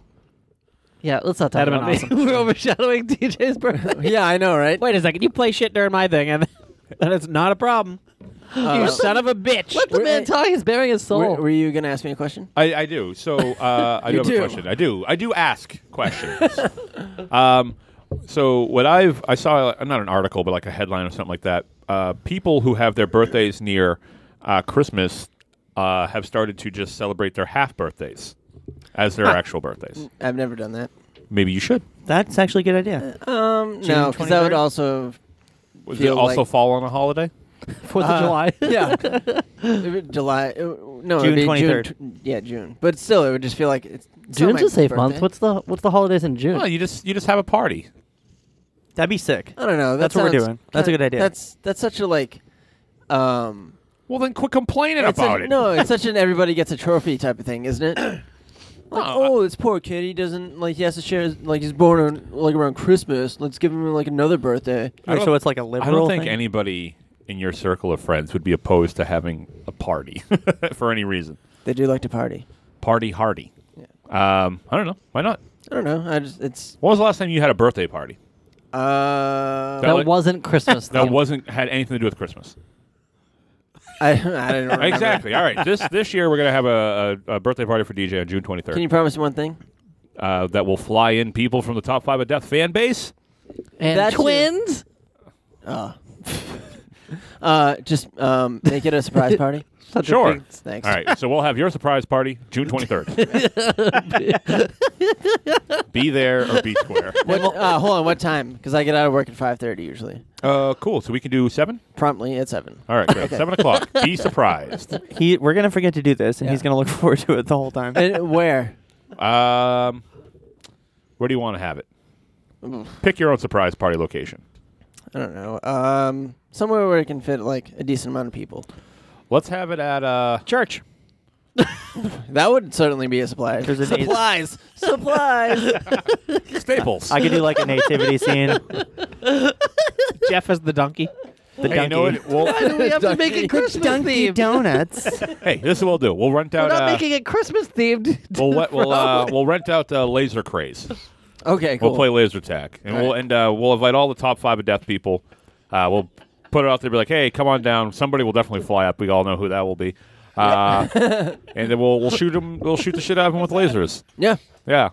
Speaker 3: Yeah, let's not talk
Speaker 6: That'd have
Speaker 3: about
Speaker 6: been
Speaker 3: me. We're overshadowing DJ's birthday.
Speaker 4: Yeah, I know, right?
Speaker 6: Wait a second. You play shit during my thing, and then it's not a problem. you son of a bitch.
Speaker 3: Let the
Speaker 4: We're-
Speaker 3: man talk. He's bearing his soul.
Speaker 4: Were, were you gonna ask me a question?
Speaker 5: I, I do. So uh, I do
Speaker 4: You
Speaker 5: have a
Speaker 4: do.
Speaker 5: question. I do. I do ask questions. um, so what I've I saw uh, not an article but like a headline or something like that. Uh, people who have their birthdays near uh, Christmas uh, have started to just celebrate their half birthdays as their actual birthdays.
Speaker 4: I've never done that.
Speaker 5: Maybe you should.
Speaker 7: That's actually a good idea.
Speaker 4: Um, no, because that
Speaker 7: 23rd?
Speaker 4: would also
Speaker 5: Does it
Speaker 4: Feel
Speaker 5: also
Speaker 4: like-
Speaker 5: fall on a holiday?
Speaker 3: Uh,
Speaker 7: Uh,
Speaker 3: Fourth of July.
Speaker 4: yeah. It would July. uh, No,
Speaker 7: June
Speaker 4: it'd be
Speaker 7: 23rd.
Speaker 4: tw- yeah, June. But still, it would just feel like it's. it's not
Speaker 3: June's
Speaker 4: my
Speaker 3: a safe month.
Speaker 4: birthday.
Speaker 3: What's the what's the holidays in June?
Speaker 5: Well, you just you just have a party.
Speaker 7: That'd be sick.
Speaker 4: I don't know. that
Speaker 7: That's what we're
Speaker 4: sounds
Speaker 7: doing. That's a
Speaker 4: kinda-
Speaker 7: good idea.
Speaker 4: That's that's such a like. Um,
Speaker 5: Well, then quit complaining
Speaker 4: it's
Speaker 5: about
Speaker 4: such-
Speaker 5: it.
Speaker 4: No, it's such an everybody gets a trophy type of thing, isn't it? like, oh, this poor kid. He doesn't like. He has to share. his- Like he's born on, like around Christmas. Let's give him like another birthday.
Speaker 5: I don't-
Speaker 7: so it's like a
Speaker 5: I
Speaker 7: liberal.
Speaker 5: don't think
Speaker 7: thing?
Speaker 5: anybody in your circle of friends would be opposed to having a party for any reason.
Speaker 4: They do like to party.
Speaker 5: Party hardy. Um, I don't know. Why not?
Speaker 4: I don't know. I just it's.
Speaker 5: When was the last time you had a birthday party
Speaker 4: Uh,
Speaker 5: That
Speaker 3: that
Speaker 5: like-
Speaker 3: wasn't Christmas.
Speaker 5: that
Speaker 3: themed.
Speaker 5: wasn't had anything to do with Christmas?
Speaker 4: I, I don't remember.
Speaker 5: Exactly. All right. This this year we're gonna have a, a, a birthday party for DJ on June twenty
Speaker 4: Can you
Speaker 5: third.
Speaker 4: promise one thing?
Speaker 5: Uh, that will fly in people from the top five of Death fan base.
Speaker 3: and
Speaker 4: That's it.
Speaker 3: twins.
Speaker 4: Uh, just um, make it a surprise party.
Speaker 5: Sure.
Speaker 4: Thanks.
Speaker 5: All right. So we'll have your surprise party June twenty third. be there or be square.
Speaker 4: What, uh, hold on. What time? Because I get out of work at five thirty usually.
Speaker 5: Uh, cool. So we can do seven.
Speaker 4: Promptly at seven.
Speaker 5: All right. Great. Seven o'clock. Be surprised.
Speaker 7: He, we're gonna forget to do this, and he's gonna look forward to it the whole time.
Speaker 4: And where?
Speaker 5: Um, where do you want to have it? Pick your own surprise party location.
Speaker 4: I don't know. Um, somewhere where it can fit like a decent amount of people.
Speaker 5: Let's have it at uh,
Speaker 6: Church.
Speaker 4: That would certainly be a surprise.
Speaker 7: There's an eight-
Speaker 4: supplies, supplies.
Speaker 5: Staples.
Speaker 7: I could do like a nativity scene. The
Speaker 6: Jeff as the donkey.
Speaker 5: hey, you know
Speaker 7: donkey.
Speaker 5: what? We'll,
Speaker 3: We have to make it Christmas
Speaker 7: Dunkin'
Speaker 3: themed.
Speaker 7: Donuts.
Speaker 5: hey, this is what we'll do. We'll rent
Speaker 3: We're
Speaker 5: out.
Speaker 3: not
Speaker 5: uh,
Speaker 3: making it Christmas themed.
Speaker 5: we'll we- we'll uh, we'll rent out uh, laser craze.
Speaker 4: okay, cool.
Speaker 5: We'll play laser tag, and
Speaker 4: All
Speaker 5: we'll
Speaker 4: right.
Speaker 5: and uh, we'll invite all the top five of death people. Uh, we'll put it out there, be like, hey, come on down. Somebody will definitely fly up. We all know who that will be. Uh, and then we'll we'll shoot them. We'll shoot the shit out of them with lasers.
Speaker 4: Yeah,
Speaker 5: Yeah.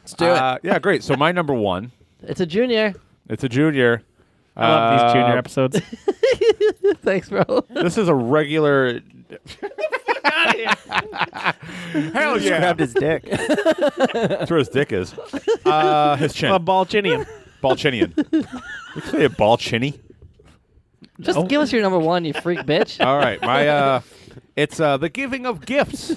Speaker 4: let's do
Speaker 5: Uh, yeah, great. So my number one,
Speaker 3: It's a junior.
Speaker 5: it's a junior.
Speaker 6: I love these junior
Speaker 5: Uh,
Speaker 6: episodes.
Speaker 3: Thanks, bro.
Speaker 5: This is a regular. Hell yeah!
Speaker 7: Grabbed his dick.
Speaker 5: That's where his dick is. Uh, his
Speaker 6: A
Speaker 5: chin.
Speaker 6: Balchinian.
Speaker 5: Balchinian. You say a balchini?
Speaker 3: Just give us your number one, you freak bitch.
Speaker 5: All right, my uh, it's uh, the giving of gifts.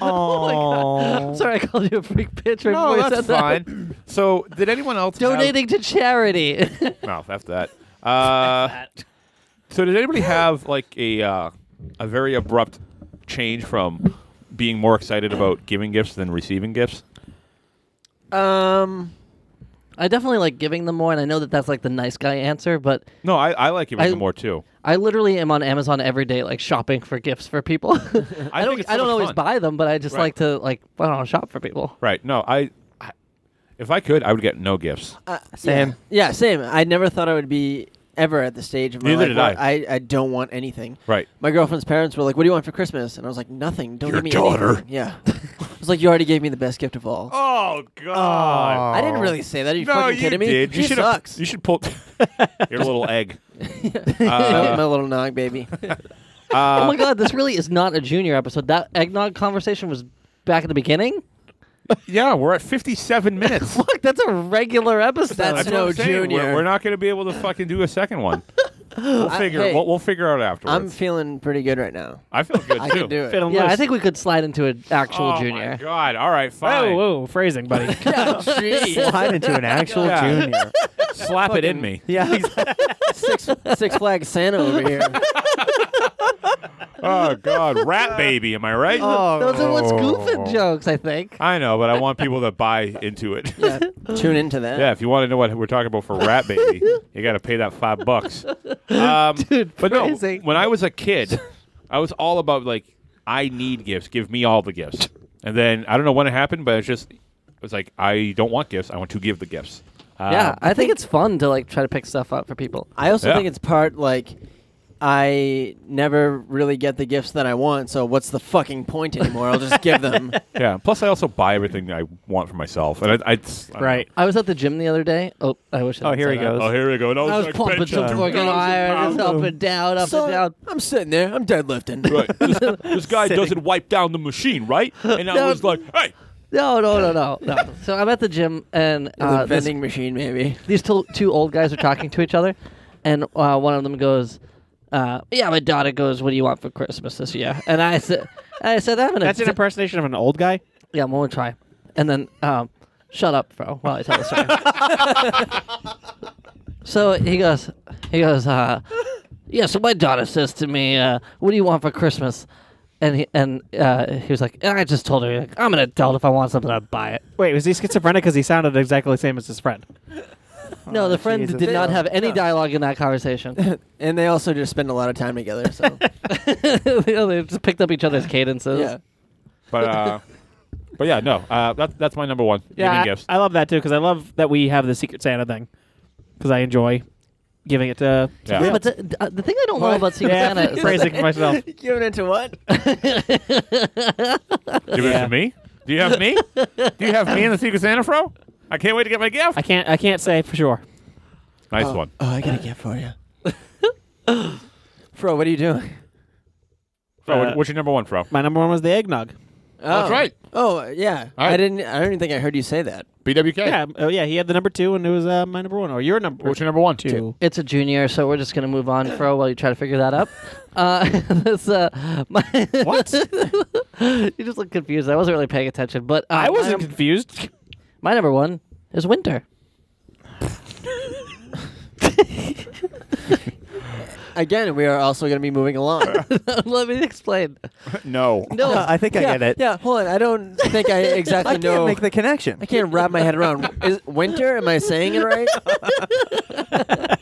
Speaker 7: Oh,
Speaker 3: Sorry, I called you a freak bitch. right before
Speaker 5: no,
Speaker 3: I said
Speaker 5: that's
Speaker 3: that.
Speaker 5: fine. So, did anyone else have-
Speaker 3: Oh, Donating to charity.
Speaker 5: No, that's that. Uh, so, did anybody have like a uh, a very abrupt change from being more excited about giving gifts than receiving gifts?
Speaker 4: it. Um,
Speaker 3: I definitely like giving them more, and I know that that's like the nice guy answer, but
Speaker 5: No, I, I like giving
Speaker 3: I-
Speaker 5: them more too.
Speaker 3: I literally am on Amazon every day, like shopping for gifts for people.
Speaker 5: I,
Speaker 3: I
Speaker 5: think
Speaker 3: don't,
Speaker 5: it's so
Speaker 3: I don't
Speaker 5: much
Speaker 3: always
Speaker 5: fun.
Speaker 3: buy them, but I just
Speaker 5: Right.
Speaker 3: like to like I don't know, shop for people.
Speaker 5: Right? No, I, I. If I could, I would get no gifts.
Speaker 3: Uh,
Speaker 7: Sam.
Speaker 4: uh, yeah, same. I never thought I would be ever at the stage of my
Speaker 5: Neither
Speaker 4: life
Speaker 5: did
Speaker 4: where
Speaker 5: I.
Speaker 4: I. I don't want anything.
Speaker 5: Right.
Speaker 4: My girlfriend's parents were like, "What do you want for Christmas?" And I was like, "Nothing. Don't
Speaker 5: Your
Speaker 4: give me
Speaker 5: daughter.
Speaker 4: anything." Yeah. I was like, "You already gave me the best gift of all."
Speaker 5: Oh God!
Speaker 4: I didn't
Speaker 3: Oh.
Speaker 4: really say that. Are you
Speaker 5: Oh. no,
Speaker 4: fucking
Speaker 5: you
Speaker 4: kidding me?
Speaker 5: did. You
Speaker 4: She
Speaker 5: should
Speaker 4: sucks.
Speaker 5: You should pull your little egg.
Speaker 4: my,
Speaker 5: Uh,
Speaker 4: my little nog baby.
Speaker 3: oh my god, this really is not a junior episode. That eggnog conversation was back at the beginning.
Speaker 5: yeah, we're at 57 minutes.
Speaker 3: Fuck, that's a regular episode.
Speaker 4: That's-
Speaker 5: That's
Speaker 4: No,
Speaker 5: what I'm saying. We're,
Speaker 4: Junior.
Speaker 5: we're not going to be able to fucking do a second one. We'll figure.
Speaker 4: hey,
Speaker 5: we'll, we'll figure out
Speaker 4: I'm
Speaker 5: afterwards.
Speaker 4: feeling pretty good right now.
Speaker 5: i feel good
Speaker 4: I
Speaker 5: too.
Speaker 4: can do it.
Speaker 6: Fit him
Speaker 3: yeah, I
Speaker 6: loose.
Speaker 3: think we could slide into an actual
Speaker 5: Oh my
Speaker 3: junior.
Speaker 5: God! All right, fine.
Speaker 6: Whoa, whoa, phrasing, buddy.
Speaker 5: Oh,
Speaker 4: Jeez.
Speaker 7: Slide into an actual
Speaker 5: Yeah.
Speaker 7: junior.
Speaker 5: Slap it in me.
Speaker 7: Yeah, exactly.
Speaker 4: Six Six Flags Santa over here.
Speaker 5: Oh God, rat baby. Am I right?
Speaker 4: Oh.
Speaker 3: Those are what's
Speaker 5: Oh.
Speaker 3: goofing jokes, I think.
Speaker 5: I know, but I want people to buy into it.
Speaker 4: Yeah, tune into that.
Speaker 5: Yeah, if you want to know what we're talking about for Rat Baby, you got to pay that five bucks. Um, Dude, but no,
Speaker 3: crazy.
Speaker 5: when I was a kid, I was all about like, I need gifts. Give me all the gifts. And then I don't know when it happened, but it's just it was like I don't want gifts. I want to give the gifts. Um,
Speaker 3: yeah, I think it's fun to like try to pick stuff up for people.
Speaker 4: I also
Speaker 5: Yeah.
Speaker 4: think it's part like I never really get the gifts that I want, so what's the fucking point anymore? I'll just give them.
Speaker 5: yeah. Plus, I also buy everything that I want for myself, and I, I, it's- I don't
Speaker 6: right.
Speaker 3: I was at the gym the other day. Oh, I wish. I
Speaker 7: Oh,
Speaker 3: didn't
Speaker 7: here
Speaker 3: say
Speaker 7: he
Speaker 3: that.
Speaker 7: goes.
Speaker 5: know. Oh, here we go. And I was,
Speaker 3: I was
Speaker 5: like,
Speaker 3: pumping
Speaker 5: bench
Speaker 3: some
Speaker 5: up.
Speaker 3: fucking iron, just up and down, up
Speaker 4: So,
Speaker 3: and down.
Speaker 4: I'm sitting there, I'm deadlifting.
Speaker 5: Right. This, this guy doesn't wipe down the machine, right? And I
Speaker 3: No.
Speaker 5: was like, hey,
Speaker 3: No, no, no, no, no. so I'm at the gym and uh,
Speaker 4: the
Speaker 3: this-
Speaker 4: vending machine, maybe.
Speaker 3: these two, two old guys are talking to each other, and uh, one of them goes, uh, yeah, my daughter goes, "What do you want for Christmas this year?" And I said, "I said I'm gonna
Speaker 6: That's an
Speaker 3: di-
Speaker 6: impersonation of an old guy.
Speaker 3: yeah, I'm gonna try." And then, um, shut up, bro, while I tell the story. so he goes, he goes, uh, yeah. So my daughter says to me, uh, "What do you want for Christmas?" And he and uh, he was like, and I just told her, like, "I'm an adult. If I want something, I buy it."
Speaker 6: Wait, was he schizophrenic? Because he sounded exactly the same as his friend.
Speaker 3: No, the friend
Speaker 7: Jesus.
Speaker 3: did not have any dialogue in that conversation.
Speaker 4: and they also just spend a lot of time together. So
Speaker 3: they just picked up each other's cadences.
Speaker 4: yeah,
Speaker 5: But uh, but yeah, no. Uh, that, that's my number one.
Speaker 6: Yeah,
Speaker 5: giving
Speaker 6: I,
Speaker 5: gifts.
Speaker 6: I love that too because I love that we have the Secret Santa thing because I enjoy giving it to.
Speaker 5: Yeah.
Speaker 3: Yeah, but the, uh, the thing I don't know about Secret
Speaker 6: Yeah,
Speaker 3: Santa is
Speaker 6: phrasing for myself.
Speaker 4: giving it to what?
Speaker 5: Give it
Speaker 6: Yeah.
Speaker 5: to me. Do you have me? Do you have me in the Secret Santa, fro? I can't wait to get my gift.
Speaker 6: I can't. I can't say for sure.
Speaker 5: nice one.
Speaker 4: Oh, I got a gift for you. Fro, what are you doing?
Speaker 5: Fro,
Speaker 6: uh,
Speaker 5: what's your number one, fro?
Speaker 6: My number one was the eggnog.
Speaker 4: Oh.
Speaker 5: That's right.
Speaker 4: Oh uh, yeah,
Speaker 5: All right.
Speaker 4: I didn't. I don't even think I heard you say that.
Speaker 5: BWK.
Speaker 6: Yeah, oh yeah, he had the number two, and it was uh, my number one, or your number
Speaker 5: What's your number one?
Speaker 6: two.
Speaker 3: it's a junior, so we're just gonna move on for a while you try to figure that up. Uh, this, uh, my
Speaker 6: What?
Speaker 3: you just look confused. I wasn't really paying attention, but uh,
Speaker 6: I wasn't
Speaker 3: My,
Speaker 6: confused.
Speaker 3: my number one is winter.
Speaker 4: Again, we are also going to be moving along.
Speaker 3: Let me explain.
Speaker 5: No.
Speaker 3: No,
Speaker 7: Yeah, I think I
Speaker 4: yeah,
Speaker 7: get it.
Speaker 4: Yeah, hold on. I don't think I exactly
Speaker 7: I can't
Speaker 4: know.
Speaker 7: make the connection.
Speaker 4: I can't wrap my head around. Is it winter? Am I saying it right?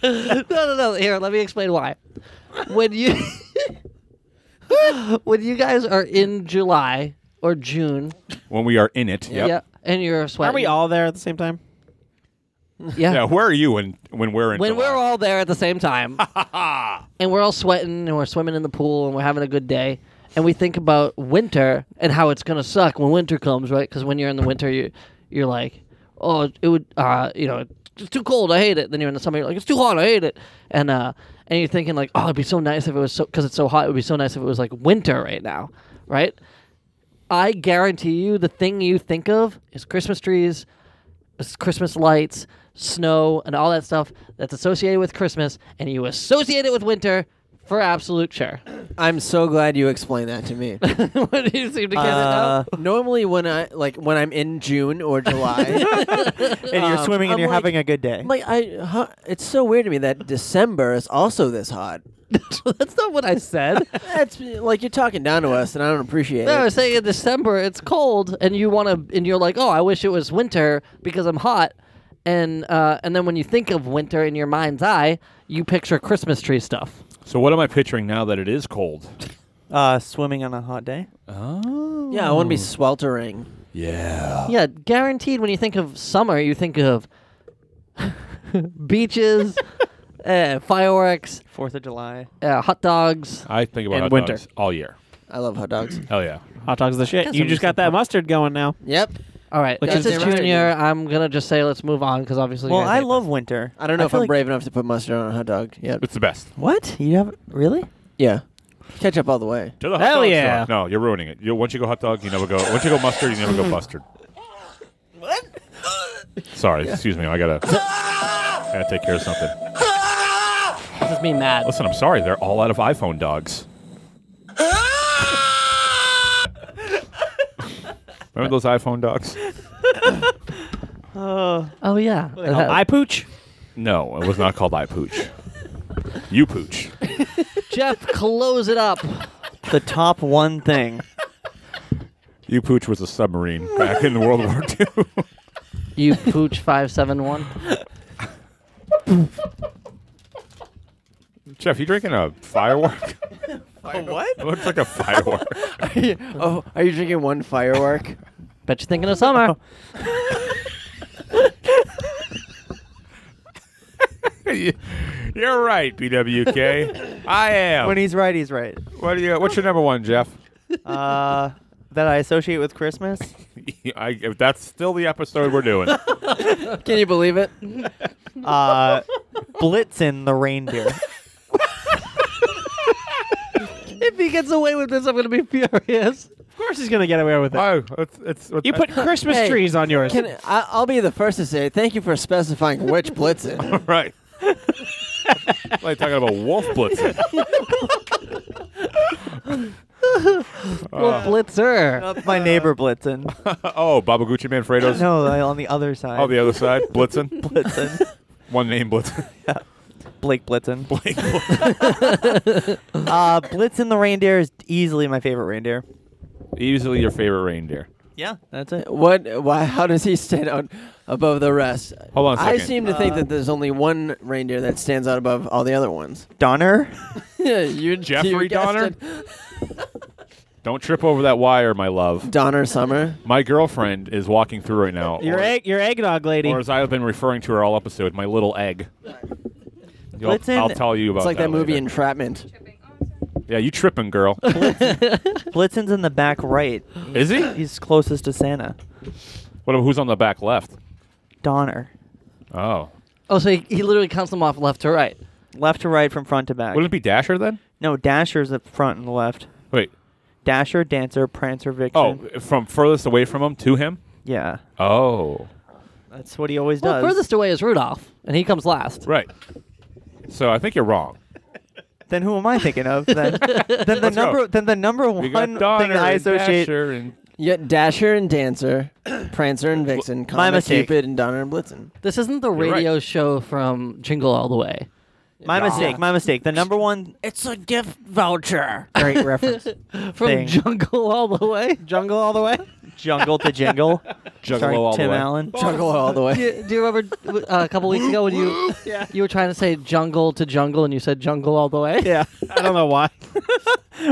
Speaker 3: no, no, no. Here, let me explain why. When you when you guys are in July or June,
Speaker 5: When we are in it. Yep.
Speaker 3: yeah, and you're
Speaker 6: Aren't
Speaker 3: sweating,
Speaker 6: we all there at the same time?
Speaker 3: yeah.
Speaker 5: Yeah. Where are you when when we're in?
Speaker 3: when
Speaker 5: July?
Speaker 3: we're all there at the same time and we're all sweating and we're swimming in the pool and we're having a good day and we think about winter and how it's going to suck when winter comes right because when you're in the winter you, you're like oh it would uh, you know it's too cold i hate it then you're in the summer you're like it's too hot i hate it and uh and you're thinking like oh it'd be so nice if it was so because it's so hot it would be so nice if it was like winter right now right i guarantee you the thing you think of is christmas trees s- Christmas lights, snow, and all that stuff that's associated with Christmas, and you associate it with winter for absolute sure.
Speaker 4: I'm so glad you explained that to me.
Speaker 3: what do you seem to get
Speaker 7: Uh,
Speaker 3: it now?
Speaker 4: Normally, when I like when I'm in June or July,
Speaker 7: and you're
Speaker 4: Um,
Speaker 7: swimming and
Speaker 4: I'm
Speaker 7: you're
Speaker 4: like-
Speaker 7: having a good day.
Speaker 4: I'm like I, huh, it's so weird to me that December is also this hot.
Speaker 3: That's not what I said.
Speaker 4: That's like you're talking down to us, and I don't appreciate
Speaker 3: no, I was
Speaker 4: it.
Speaker 3: saying in December it's cold, and you want to, and you're like, oh, I wish it was winter because I'm hot. And uh, and then when you think of winter in your mind's eye, you picture Christmas tree stuff.
Speaker 5: So what am I picturing now that it is cold?
Speaker 7: Uh, swimming on a hot day.
Speaker 5: Oh.
Speaker 4: Yeah, I want to be sweltering.
Speaker 5: Yeah.
Speaker 3: Yeah, guaranteed. When you think of summer, you think of beaches, uh, fireworks,
Speaker 7: Fourth of July.
Speaker 3: uh, hot dogs.
Speaker 5: I think about
Speaker 6: And
Speaker 5: hot
Speaker 6: winter.
Speaker 5: dogs all year.
Speaker 4: I love hot dogs.
Speaker 5: Hell yeah.
Speaker 6: Hot dogs the shit.
Speaker 3: That's
Speaker 6: You
Speaker 3: a
Speaker 6: just got that
Speaker 3: reasonable-
Speaker 6: mustard going now.
Speaker 4: Yep.
Speaker 3: All right,
Speaker 6: Which
Speaker 3: that's
Speaker 6: is
Speaker 3: a
Speaker 4: different.
Speaker 3: junior. I'm gonna just say let's move on because obviously. you
Speaker 7: Well,
Speaker 3: guys
Speaker 7: I
Speaker 3: hate
Speaker 7: love winter.
Speaker 4: I don't know if
Speaker 7: feel
Speaker 4: I'm
Speaker 7: like-
Speaker 4: brave enough to put mustard on a hot dog. Yep.
Speaker 5: It's the best.
Speaker 7: What you have? Really?
Speaker 4: Yeah. Ketchup all the way.
Speaker 5: To the hot
Speaker 6: Hell
Speaker 5: dog
Speaker 6: yeah.
Speaker 5: store. No, you're ruining it. You, once you go hot dog, you never go. Once you go mustard, you never go mustard. What? Sorry, excuse me. I gotta, gotta take care of something.
Speaker 3: This is me mad.
Speaker 5: Listen, I'm sorry. They're all out of iPhone dogs. Remember those iPhone dogs?
Speaker 3: Oh yeah. Uh,
Speaker 6: I pooch.
Speaker 5: No, it was not called iPooch. You pooch.
Speaker 3: Jeff, close it up.
Speaker 7: The top one thing.
Speaker 5: You pooch was a submarine back in World War II.
Speaker 3: You pooch five seven one.
Speaker 5: Jeff, you drinking a firework?
Speaker 7: what?
Speaker 5: It looks like a firework.
Speaker 4: oh, are you drinking one firework?
Speaker 3: Bet you're thinking of summer.
Speaker 5: You're right, BWK. I am.
Speaker 7: When he's right, he's right.
Speaker 5: what are you, what's your number one, Jeff?
Speaker 7: Uh, that I associate with Christmas.
Speaker 5: I, if that's still the episode we're doing.
Speaker 4: Can you believe it?
Speaker 7: Uh, Blitzen the reindeer.
Speaker 3: if he gets away with this, I'm gonna be furious.
Speaker 6: Of course, he's gonna get away with it.
Speaker 5: oh, it's, it's,
Speaker 6: you put Christmas
Speaker 4: Hey,
Speaker 6: trees on yours.
Speaker 4: Can I, I'll be the first to say thank you for specifying which Blitzen.
Speaker 5: right. like talking about wolf blitzing.
Speaker 3: Well, Blitzer.
Speaker 7: Up my neighbor blitzing.
Speaker 5: oh, Baba Gucci Manfredo's
Speaker 7: no, like, on the other side.
Speaker 4: Oh,
Speaker 5: on the other side. Blitzen.
Speaker 7: blitzing.
Speaker 5: One name Blitzen.
Speaker 7: Blake blitzing.
Speaker 5: Blake Blitzen.
Speaker 7: Uh, blitzing the reindeer is easily my favorite reindeer.
Speaker 5: Easily your favorite reindeer.
Speaker 7: Yeah.
Speaker 4: That's it. What? Why? How does he stand out above the rest?
Speaker 5: Hold on a
Speaker 4: I
Speaker 5: second.
Speaker 4: seem to think that there's only one reindeer that stands out above all the other ones.
Speaker 7: Donner.
Speaker 4: Yeah, you
Speaker 5: Jeffrey
Speaker 4: you guessed
Speaker 5: Donner?
Speaker 4: it.
Speaker 5: Don't trip over that wire, my love.
Speaker 4: Donner Summer.
Speaker 5: My girlfriend is walking through right now.
Speaker 6: Your
Speaker 5: or,
Speaker 6: egg, your eggnog lady.
Speaker 5: or as I've been referring to her all episode, my little egg. You'll-
Speaker 7: Blitzen-
Speaker 5: I'll tell you about
Speaker 4: It's like that, movie
Speaker 5: later.
Speaker 4: Entrapment.
Speaker 5: yeah, you tripping, girl.
Speaker 7: Blitzen's in the back right.
Speaker 5: is he?
Speaker 7: He's closest to Santa.
Speaker 5: What? Who's on the back left?
Speaker 7: Donner.
Speaker 5: Oh,
Speaker 3: Oh, so he, he literally counts them off left to right.
Speaker 7: Left to right from front to back.
Speaker 5: wouldn't it be Dasher then?
Speaker 7: No, Dasher's the front and left.
Speaker 5: Wait.
Speaker 7: Dasher, Dancer, Prancer,
Speaker 5: Oh,
Speaker 7: Vixen.
Speaker 5: from furthest away from him to him.
Speaker 7: Yeah.
Speaker 5: Oh,
Speaker 7: That's what he always
Speaker 3: Well,
Speaker 7: does.
Speaker 3: furthest away is Rudolph, and he comes last.
Speaker 5: right. So I think you're wrong.
Speaker 7: Then who am I thinking of? Then, then the
Speaker 5: Let's go.
Speaker 7: number then the number
Speaker 5: We
Speaker 7: one
Speaker 5: got
Speaker 7: thing
Speaker 5: Donner
Speaker 7: I
Speaker 5: and
Speaker 7: associate
Speaker 5: Dasher and
Speaker 4: You got Dasher and Dancer, Prancer and Vixen,
Speaker 7: my
Speaker 4: Comet,
Speaker 7: mistake.
Speaker 4: Cupid and Donner and Blitzen.
Speaker 3: This isn't the
Speaker 5: right.
Speaker 3: radio show from Jingle All the Way.
Speaker 7: my mistake, my mistake. The number one
Speaker 4: It's a gift voucher.
Speaker 7: great reference.
Speaker 3: From
Speaker 7: Thing.
Speaker 3: Jungle All the Way.
Speaker 6: Jungle all the way.
Speaker 7: Jungle to Jingle.
Speaker 5: Juggalo
Speaker 7: Sorry,
Speaker 5: all
Speaker 7: Tim
Speaker 5: the way. Oh.
Speaker 7: Allen.
Speaker 4: Juggle all the way.
Speaker 3: do, do you remember uh, a couple weeks ago when you you were trying to say jungle to jungle and you said jungle all the way?
Speaker 6: Yeah, I don't know why.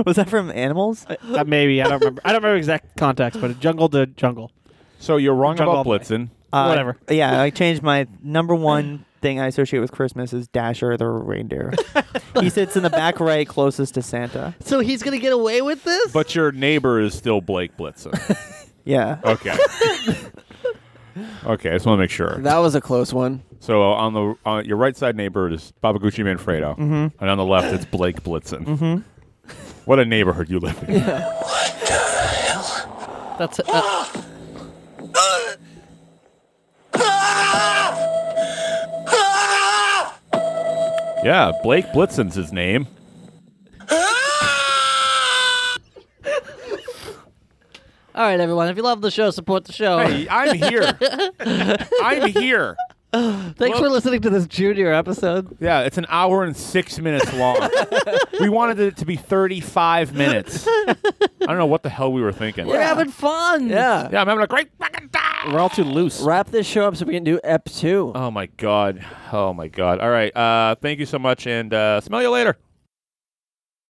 Speaker 7: Was that from Animals?
Speaker 6: Uh, maybe I don't remember. I don't remember exact context, but jungle to jungle.
Speaker 5: So you're wrong
Speaker 6: Jungle
Speaker 5: about
Speaker 6: all the way.
Speaker 5: Blitzen.
Speaker 7: Uh,
Speaker 6: Whatever.
Speaker 7: Yeah, I changed my number one thing I associate with Christmas is Dasher the reindeer. he sits in the back right closest to Santa.
Speaker 3: So he's gonna get away with this?
Speaker 5: But your neighbor is still Blake Blitzen.
Speaker 7: Yeah.
Speaker 5: Okay. okay, I just want to make sure.
Speaker 4: That was a close one.
Speaker 5: So on the on your right side neighbor is Babaguchi Manfredo, and on the left it's Blake Blitzen. Mm-hmm. What a neighborhood you live in.
Speaker 3: That's uh,
Speaker 5: yeah, Blake Blitzen's his name.
Speaker 3: all right, everyone. If you love the show, support the show.
Speaker 5: Hey, I'm here. I'm here.
Speaker 3: Thanks for listening to this junior episode.
Speaker 5: Yeah, it's an hour and six minutes long. we wanted it to be 35 minutes. I don't know what the hell we were thinking.
Speaker 3: We're
Speaker 5: Yeah,
Speaker 3: having fun.
Speaker 4: Yeah.
Speaker 5: I'm having a great fucking time.
Speaker 6: We're all too loose.
Speaker 4: Wrap this show up so we can do Ep 2.
Speaker 5: Oh my god. Oh my god. All right. Uh, thank you so much, and uh, smell you later.